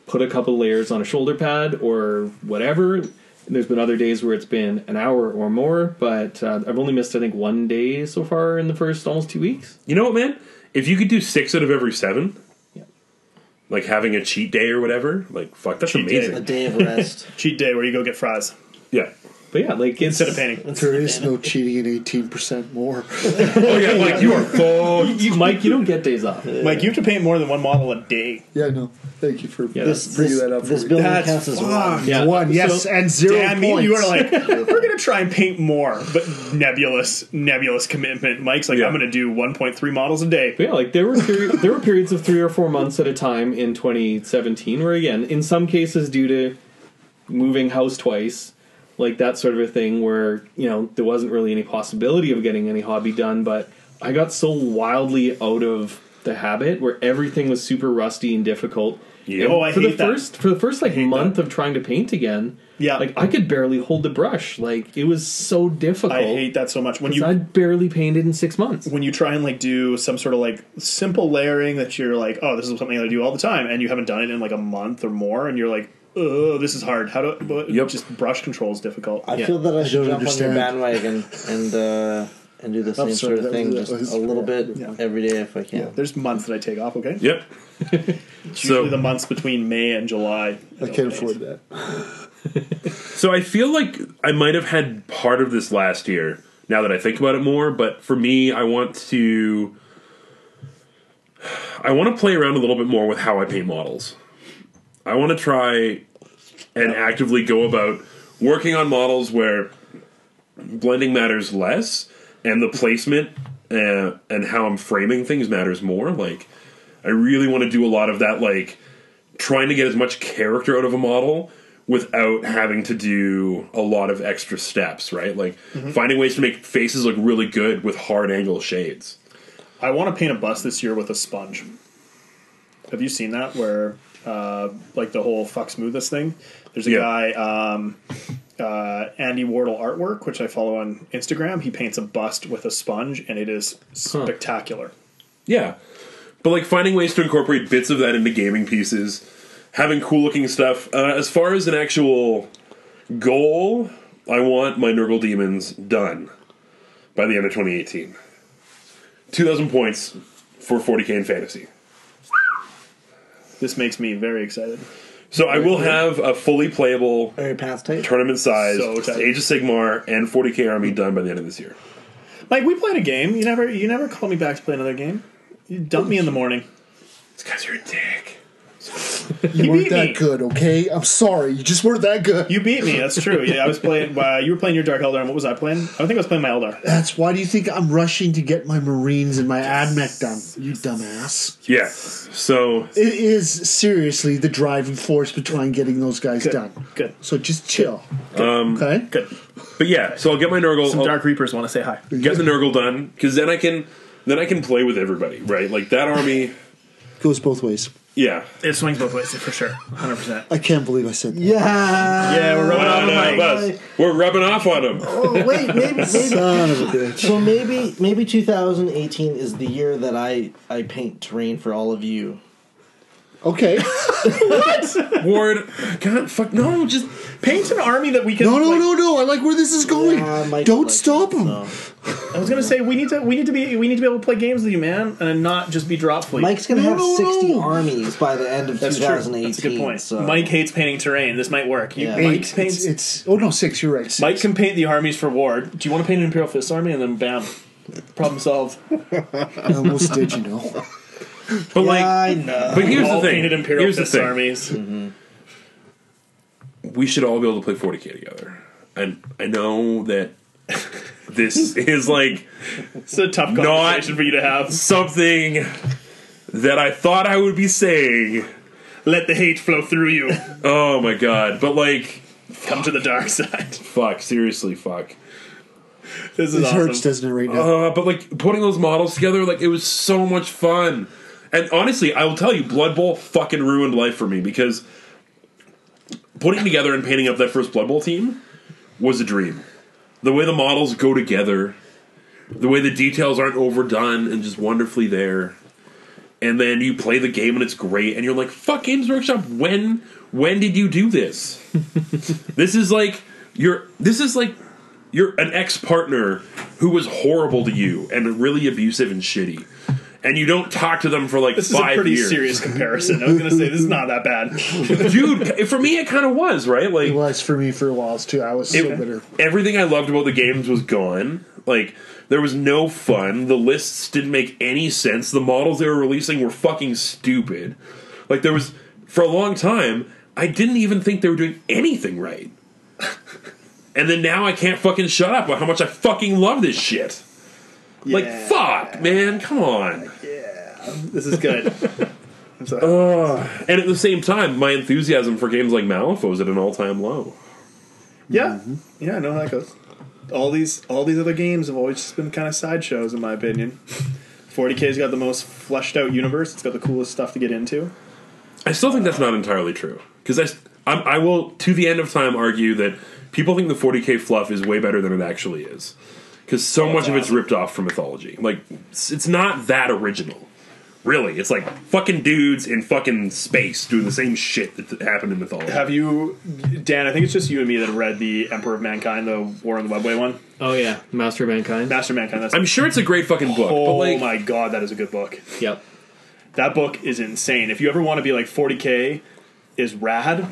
put a couple layers on a shoulder pad or whatever. And there's been other days where it's been an hour or more, but uh, I've only missed I think one day so far in the first almost two weeks. You know what, man? If you could do six out of every seven, Yeah. like having a cheat day or whatever, like fuck, that's Cheat day. amazing. A day of rest. Cheat day where you go get fries Yeah. But yeah, like it's, instead of painting. There is no cheating at eighteen percent more. Oh yeah, like you are fucked. You, Mike, you don't get days off. Mike, you have to paint more than one model a day. yeah, no. Thank you for Yeah, this, that's- bringing this, that up. this for me. building That's counts as one. Yeah. One, yes, So- and zero Damn you! points. You are like, we're gonna try and paint more, but nebulous, nebulous commitment. Mike's like, Yeah. I'm gonna do 1.3 models a day. But yeah, like there were peri- there were periods of three or four months at a time in 2017 where again, in some cases due to moving house twice, like that sort of a thing, where you know there wasn't really any possibility of getting any hobby done. But I got so wildly out of the habit where everything was super rusty and difficult. Yeah. And Oh, I for hate the that. first for the first like month of trying to paint again. Yeah. like I could barely hold the brush. Like it was so difficult. I hate that so much. When you I barely painted in six months. when you try and like do some sort of like simple layering that you're like, oh, this is something that I do all the time, and you haven't done it in like a month or more, and you're like, oh, this is hard. How do but Yep. just brush control is difficult. I Yeah. feel that I should don't jump understand. on your bandwagon and uh, and do the same sorry, sort that of thing, was- just that was- a little yeah. bit Yeah. every day if I can. There's months that I take off. Okay, Yep. it's so- usually the months between May and July. I can't afford that. So I feel like I might have had part of this last year. Now that I think about it more, but for me, I want to I want to play around a little bit more with how I paint models. I want to try and actively go about working on models where blending matters less and the placement uh, and how I'm framing things matters more. Like I really want to do a lot of that like trying to get as much character out of a model without having to do a lot of extra steps, right? Like finding ways to make faces look really good with hard angle shades. I want to paint a bus this year with a sponge. Have you seen that? Where, uh, like the whole fuck smoothest thing? There's a Yeah. guy, um, uh, Andy Wardle Artwork, which I follow on Instagram. He paints a bust with a sponge, and it is spectacular. Yeah. But like finding ways to incorporate bits of that into gaming pieces, having cool looking stuff. Uh, as far as an actual goal, I want my Nurgle Demons done by the end of 2018. 2,000 points for 40k in fantasy. This makes me very excited. So I will have a fully playable Are your pants tight? tournament size, So tight. Age of Sigmar, and 40k army done by the end of this year. Mike, we played a game. You never, you never called me back to play another game. You dumped me in the morning. It's because you're a dick. You You beat weren't me. that good, okay? I'm sorry. You just weren't that good. You beat me. That's true. Yeah, I was playing. Uh, you were playing your Dark Eldar, and what was I playing? I think I was playing my Eldar. That's why do you think I'm rushing to get my Marines and my AdMech done? You dumbass. Yeah. So It is seriously the driving force between getting those guys done. Good. So just chill. Um, okay? Good. But yeah, so I'll get my Nurgle. Some I'll Dark Reapers want to say hi. get the Nurgle done because then I can then I can play with everybody, right? Like that army. Goes both ways. Yeah. It swings both ways for sure, hundred percent. I can't believe I said that. Yeah. Yeah, we're rubbing No, on the no, mic. bus. We're rubbing off on them. Oh wait, maybe, maybe Son of a bitch. so maybe maybe 2018 is the year that I I paint terrain for all of you. Okay. Ward, God, fuck, no, just Paint an army that we can. No, no, like- no, no. I like where this is going. Yeah, Mike Don't likes stop it, him. so. I was gonna say we need to. We need to be. We need to be able to play games with you, man, and not just be drop fleet. Mike's gonna No, have no, 60 no. armies by the end of that's true. 2018. That's a good point. So. Mike hates painting terrain. This might work. You, Yeah. Mike Eight. paints. It's, it's- oh no, six. You're right. Six. Mike can paint the armies for Ward. Do you want to paint an Imperial Fist army? And then bam, Problem solved. Almost did, you know. But like, I know. but here's the all thing. painted Imperial Here's the Fist thing. armies. Mm-hmm. We should all be able to play 40k together. And I know that this is like It's a tough Not- conversation for you to have. something that I thought I would be saying. Let the hate flow through you. Oh my god! But like, Come to the dark side. fuck. Seriously, fuck. This is This awesome. hurts, doesn't it, right now? Uh, but like putting those models together, like it was so much fun. And honestly, I will tell you, Blood Bowl fucking ruined life for me because putting together and painting up that first Blood Bowl team was a dream. The way the models go together, the way the details aren't overdone and just wonderfully there. And then you play the game and it's great, and you're like, "Fuck Games Workshop, when when did you do this? this is like you're this is like you're an ex-partner who was horrible to you and really abusive and shitty and you don't talk to them for like This is a five pretty years serious comparison. I was going to say this is not that bad. dude for me it kind of was right like It was for me for a while too. I was so It- bitter. everything I loved about the games was gone. Like there was no fun. The lists didn't make any sense. The models they were releasing were fucking stupid. Like there was for a long time, I didn't even think they were doing anything right. and then now I can't fucking shut up about how much I fucking love this shit. Like Yeah. fuck, man, come on. This is good. Um, And at the same time, my enthusiasm for games like Malifaux is at an all-time low. Yeah, yeah, I know how that goes. All these all these other games have always just been kind of sideshows, in my opinion. 40k's got the most fleshed out universe. It's got the coolest stuff to get into. I still think that's not entirely true because I, s- I'm- I will to the end of time argue that people think the 40k fluff is way better than it actually is because so much of it's ripped off from mythology. Like it's, it's not that original, really. It's like fucking dudes in fucking space doing the same shit that th- happened in mythology. Have you, Dan? I think it's just you and me that read the Emperor of Mankind, the War on the Webway one. Oh yeah, Master of Mankind. Master of Mankind. That's I'm sure it's a great fucking book, oh but like my god, that is a good book. yep. That book is insane. If you ever want to be like 40k is rad,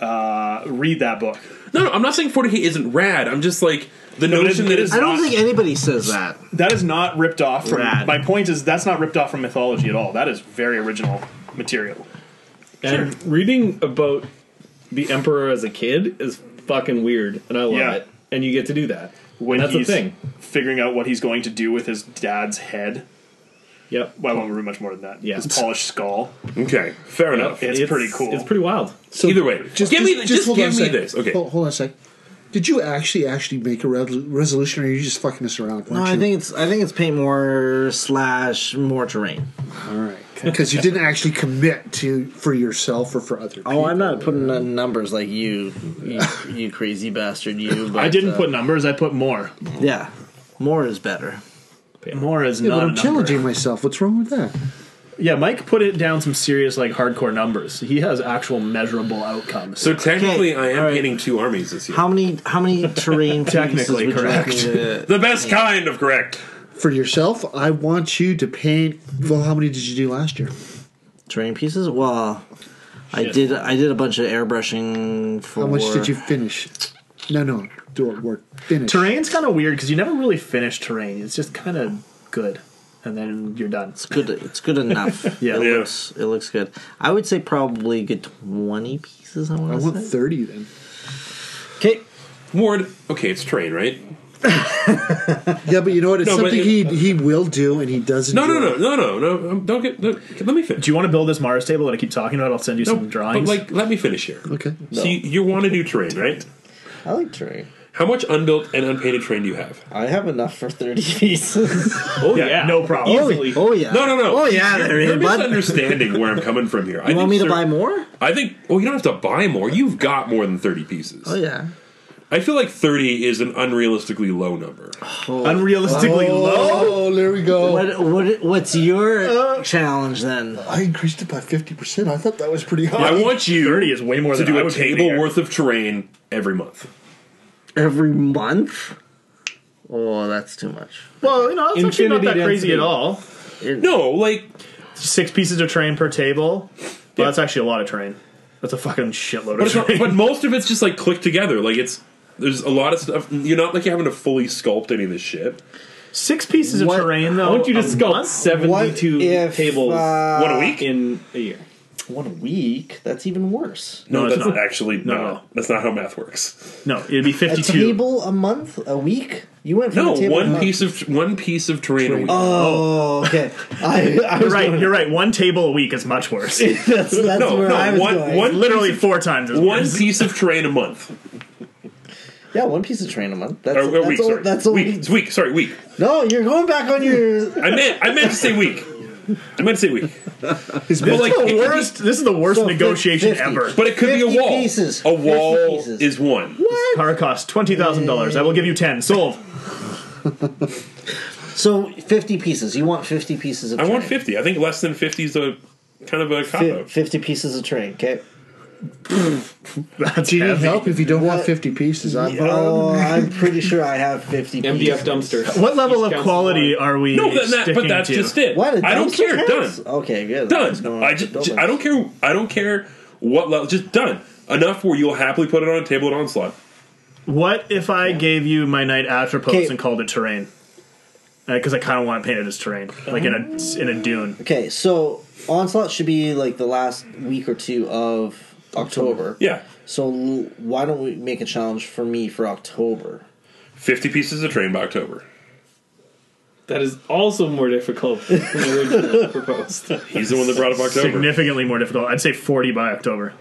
uh, read that book. no, no, I'm not saying 40k isn't rad. I'm just like the No, it notion is- that it it's is- I don't think anybody says that. That is not ripped off from. Rad. My point is that's not ripped off from mythology at all. That is very original material. And reading about the Emperor as a kid is fucking weird, and I love Yeah. it. And you get to do that. When That's the he's thing. figuring out what he's going to do with his dad's head. Yep. Well, I won't read much more than that. Yeah. His polished skull. okay. Fair enough. It's pretty cool. It's pretty wild. So Either way, just give me the- just hold on give a me sec. this. Okay. hold, hold on a sec. Did you actually actually make a re- resolution, or are you just fucking us around? No, weren't I you? think it's I think it's paint more slash more terrain. all right because you didn't actually commit to for yourself or for other. Oh, I'm not putting in numbers like you, you, you crazy bastard. You. But, I didn't uh, put numbers. I put more. Yeah, more is better. More is Yeah, not a but I'm number. challenging myself. What's wrong with that? Yeah, Mike put it down some serious like hardcore numbers. He has actual measurable outcomes. So technically, I am alright. painting two armies this year. How many how many terrain pieces Technically would you like me correct. to- the best kind of correct. For yourself, I want you to paint. Well, how many did you do last year? terrain pieces? Well, I did I did a bunch of airbrushing for. How much did you finish? No, no, do it. Work. Finish. Terrain's kind of weird because you never really finish terrain. It's just kind of good, and then you're done. It's good. It's good enough. Yeah. it Yeah. looks it looks good. I would say probably good twenty pieces. I I want want to say. thirty then. Okay. Ward, okay, it's train, right? Yeah, but you know what? It's No, but something it- he he will do, and he doesn't. No, no, no, no, no, no. um, Don't get. No, let me finish. Do you want to build this Mars table that I keep talking about? I'll send you No, some drawings. But like, let me finish here. Okay. So you, you want to do terrain, right? I like terrain. How much unbuilt and unpainted terrain do you have? I have enough for thirty pieces. oh yeah, no problem. Easily. oh yeah. No, no, no. Oh yeah, you're, there you're is. Bud. misunderstanding where I'm coming from here. I You want think me cer- to buy more? I think. Well, you don't have to buy more. You've got more than thirty pieces. Oh yeah. I feel like thirty is an unrealistically low number. Unrealistically low. Oh, there we go. What what what's your Uh, challenge then? I increased it by fifty percent. I thought that was pretty high. I want you. Thirty is way more to than do I a would pay table there. worth of terrain every month. Every month? Oh, that's too much. Well, you know, it's actually not that Infinity crazy density. at all. No, like Six pieces of terrain per table. Well, that's actually a lot of terrain. That's a fucking shitload But, of it's not, terrain. but most of it's just like clicked together. Like it's there's a lot of stuff. You're not like you're having to fully sculpt any of this shit. Six pieces What- of terrain, though. Why don't you a just go month? seventy-two if, tables uh, One a week? in a year? One week? That's even worse. No, No, it's that's not. actually No, no. no. That's not how math works. No, it'd be A fifty-two. table a month? A week? You went from No, a table a one month. piece of one piece of terrain a week. Oh, okay. I, I was You're right. going- You're right. One table a week is much worse. That's, that's No, where no, I was one- going. one- Literally four times as One worse. piece of terrain a month. yeah, one piece of train a month. That's, Or, or that's, week, all, sorry. that's all. week. It's week, sorry, week. No, you're going back on your. I meant I meant to say week. I meant to say week. This Well, like, is the it- worst. This is the worst So, negotiation 50. ever. But it could be 50 a wall. pieces. A 50 wall pieces. is one. Car costs twenty thousand dollars. I will give you ten. Sold. So fifty pieces. You want fifty pieces of. I train. want fifty. I think less than fifty is a kind of a cop Fi- out. fifty pieces of train. Okay. That's Do you need heavy. help if you don't want What? 50 pieces? I'm Oh, I'm pretty sure I have fifty. MDF pieces. dumpster. What level Each of counts quality as one. are we? No, but, that, but sticking that's to? just it. What? a I don't dumpster care. counts? Done. Okay, good. That's going Done. I to just, the j- building. I don't care. I don't care what level. Just done. Enough where you'll happily put it on a table at onslaught. What if I gave you my night after post Okay. and called it terrain? Because I kind of want to paint it as terrain, like in a Uh-huh. in a dune. Okay, so onslaught should be like the last week or two of October. Yeah, So l- why don't we make a challenge for me for October? fifty pieces of train by October. That is also more difficult than originally proposed. He's the one that brought up October. Significantly more difficult. I'd say forty by October.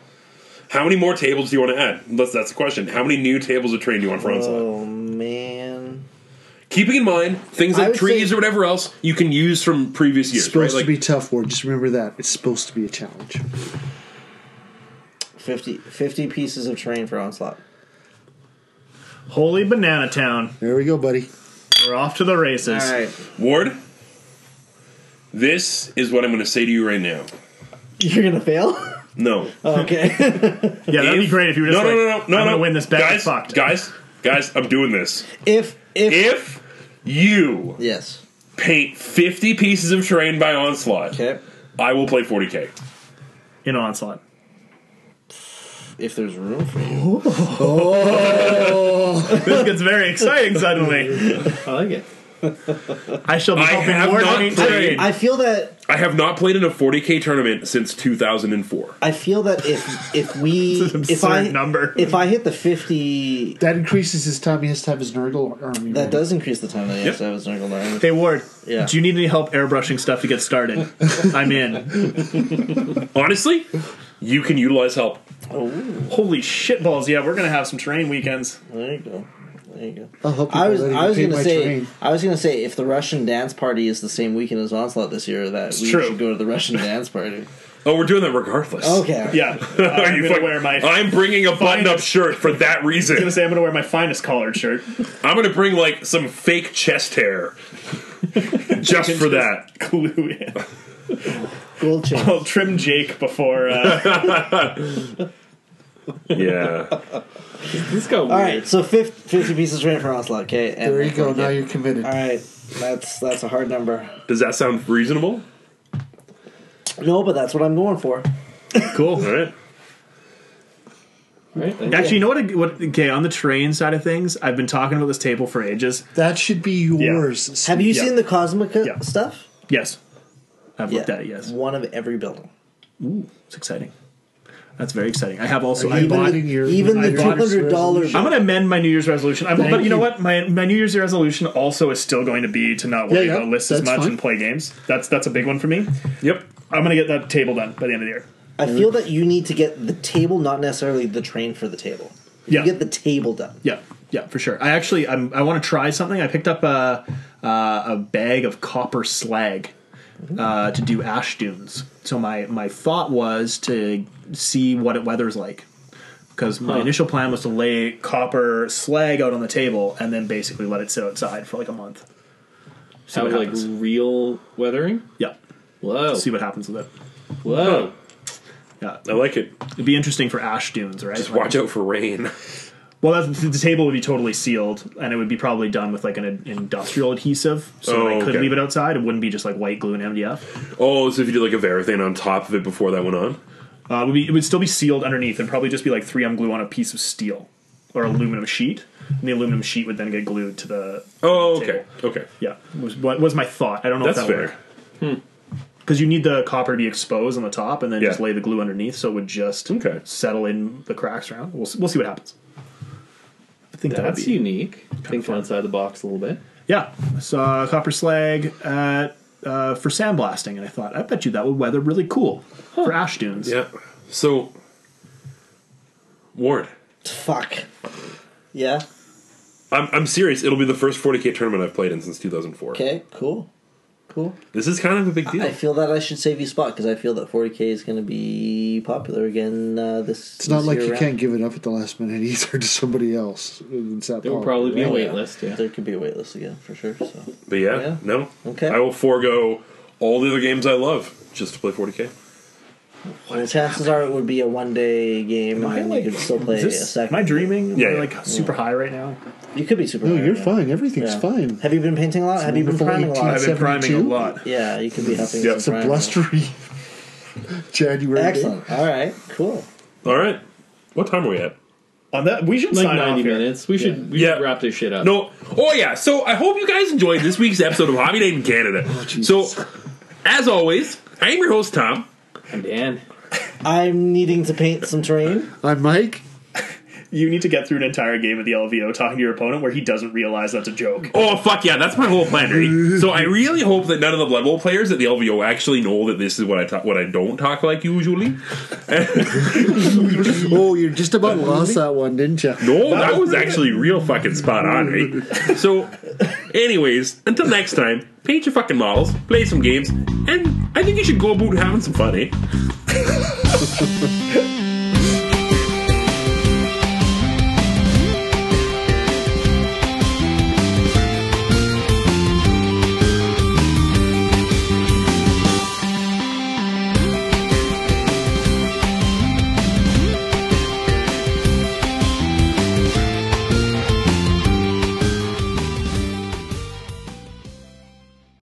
How many more tables do you want to add? That's, that's the question. How many new tables of train do you want for Uh, onslaught? Oh man, Keeping in mind things I like would trees say- or whatever else you can use from previous years. supposed Right? Like, to be tough word. Just remember that. It's supposed to be a challenge. 50, 50 pieces of terrain for onslaught. Holy banana town! There we go, buddy. We're off to the All races. right, Ward, this is what I'm going to say to you right now. you're gonna fail. No. okay, Yeah, Oh, that'd be If- great if you were No, just no, like, no, no, no, I'm no. gonna win this bet. guys, Fucked. guys, guys. I'm doing this. if if, If you yes, paint 50 pieces of terrain by onslaught, okay. I will play 40k. in onslaught. If there's room for you, This gets very exciting suddenly. I like it. I shall be I have helping Ward not paint played- terrain. I feel that I have not played in a 40k tournament since 2004. I feel that if if we an if I absurd number. if I hit the fifty, That increases his time he has to have his Nurgle army. that does increase the time that I have Yep. to have a circle arm. Hey Ward, Yeah. do you need any help airbrushing stuff to get started? I'm in. Honestly, you can utilize help. Holy shit balls! Yeah, we're gonna have some terrain weekends. There you go. There you go. I'll help you I was by letting I was you paint gonna my say terrain. I was gonna say if the Russian dance party is the same weekend as Onslaught this year, that we true. should go to the Russian dance party. Oh, we're doing that regardless. Okay. Yeah, Uh, Are I'm you gonna fucking- wear my. I'm I'm bringing a button-up shirt for that gonna reason. say I'm gonna wear my finest collared shirt. I'm gonna bring like some fake chest hair, just for that. Glue in. Gold chain. I'll trim Jake before. Uh, Yeah. Let's go. All right, so 50, 50 pieces ran for Onslaught. Okay. and There you that's go. all I Now get. you're committed. All right. That's that's a hard number. Does that sound reasonable? No, but that's what I'm going for. cool. All right. Right, thank you. Actually, you know what? What? Okay, on the terrain side of things, I've been talking about this table for ages. That should be yours. Have you Yeah. seen the Cosmica Yeah. stuff? Yes, I've looked at it. Yes, One of every building. it's exciting. That's very exciting. I have also. Are I you bought. letting your- Even the I bought- two hundred dollar. I'm gonna amend my New Year's resolution. I'm, Thank but you, know you. what? My my New Year's resolution also is still going to be to not worry Yeah, yeah, about lists as that's much fine. and play games. That's that's a big one for me. Yep. I'm gonna get that table done by the end of the year. I feel that you need to get the table, not necessarily the train for the table. You Yeah. get the table done. Yeah, yeah, for sure. I actually I'm, I want to try something. I picked up a uh, a bag of copper slag uh, to do ash dunes. So my my thought was to see what it weather's like because my Huh. initial plan was to lay copper slag out on the table and then basically let it sit outside for like a month. See have what like happens. real weathering. yeah, Oh. Whoa, see what Oh, happens with it. whoa. Yeah, I like it. it'd be interesting for ash dunes, right? Just watch out for rain. Well, that's, the table would be totally sealed, and it would be probably done with like an industrial adhesive, so Oh, I could okay. leave it outside. It wouldn't be just like white glue and MDF. Oh, so if you did like a Varathane on top of it before that went on? Uh, it, would be, it would still be sealed underneath, and probably just be like 3M glue on a piece of steel. or aluminum sheet, and the aluminum sheet would then get glued to the. Oh, Table. okay, okay. Yeah, was what was my thought. I don't know That's if that fair. worked. Because you need the copper to be exposed on the top, and then just Yeah. lay the glue underneath, so it would just Okay. settle in the cracks around. We'll s- we'll see what happens. I think that would That's be- unique. Think outside the box a little bit. Yeah, I saw copper slag at uh, for sandblasting, and I thought, I bet you that would weather really cool for ash dunes. Yeah. So, Ward, Fuck. Yeah. I'm I'm serious. It'll be the first 40k tournament I've played in since 2004. Okay. Cool. Cool. This is kind of a big deal. I feel that I should save you spot because I feel that 40k is going to be popular again uh, this. It's not like you can't give it up at the last minute either to somebody else. It's that There will popular. probably be a Oh, wait yeah. list. Yeah. There could be a wait list again for sure. So but yeah, Yeah. no. Okay. I will forego all the other games I love just to play 40k. well, chances are it would be a one day game, and then you could still play is a this, second. am I dreaming? Am Yeah, I, yeah. like super high right now. you could be super. No, high you're right now. fine. Everything's Yeah. fine. Have you been painting a lot? Have you been wonderful priming a lot? I've 18. been priming a lot. Yeah, you could be helping. Yep. with It's a priming. blustery January. day. Excellent. All right. Cool. All right. What time are we at? On that, we should Like sign off 90 here. minutes. We should, we Yeah. should wrap this shit up. No. Oh yeah. So I hope you guys enjoyed this week's episode of Hobby Night in Canada. Oh, so, as always, I am your host Tom. I'm Dan. I'm needing to paint some terrain. I'm Mike. You need to get through an entire game of the LVO talking to your opponent where he doesn't realize that's a joke. Oh fuck yeah, that's my whole plan. Right? so I really hope that none of the Blood Bowl players at the LVO actually know that this is what I talk, what I don't talk like usually. Oh, you just about lost that one, didn't you? No, that, was actually real fucking spot on, right? so, anyways, until next time, paint your fucking models, play some games, and I think you should go about having some fun, eh?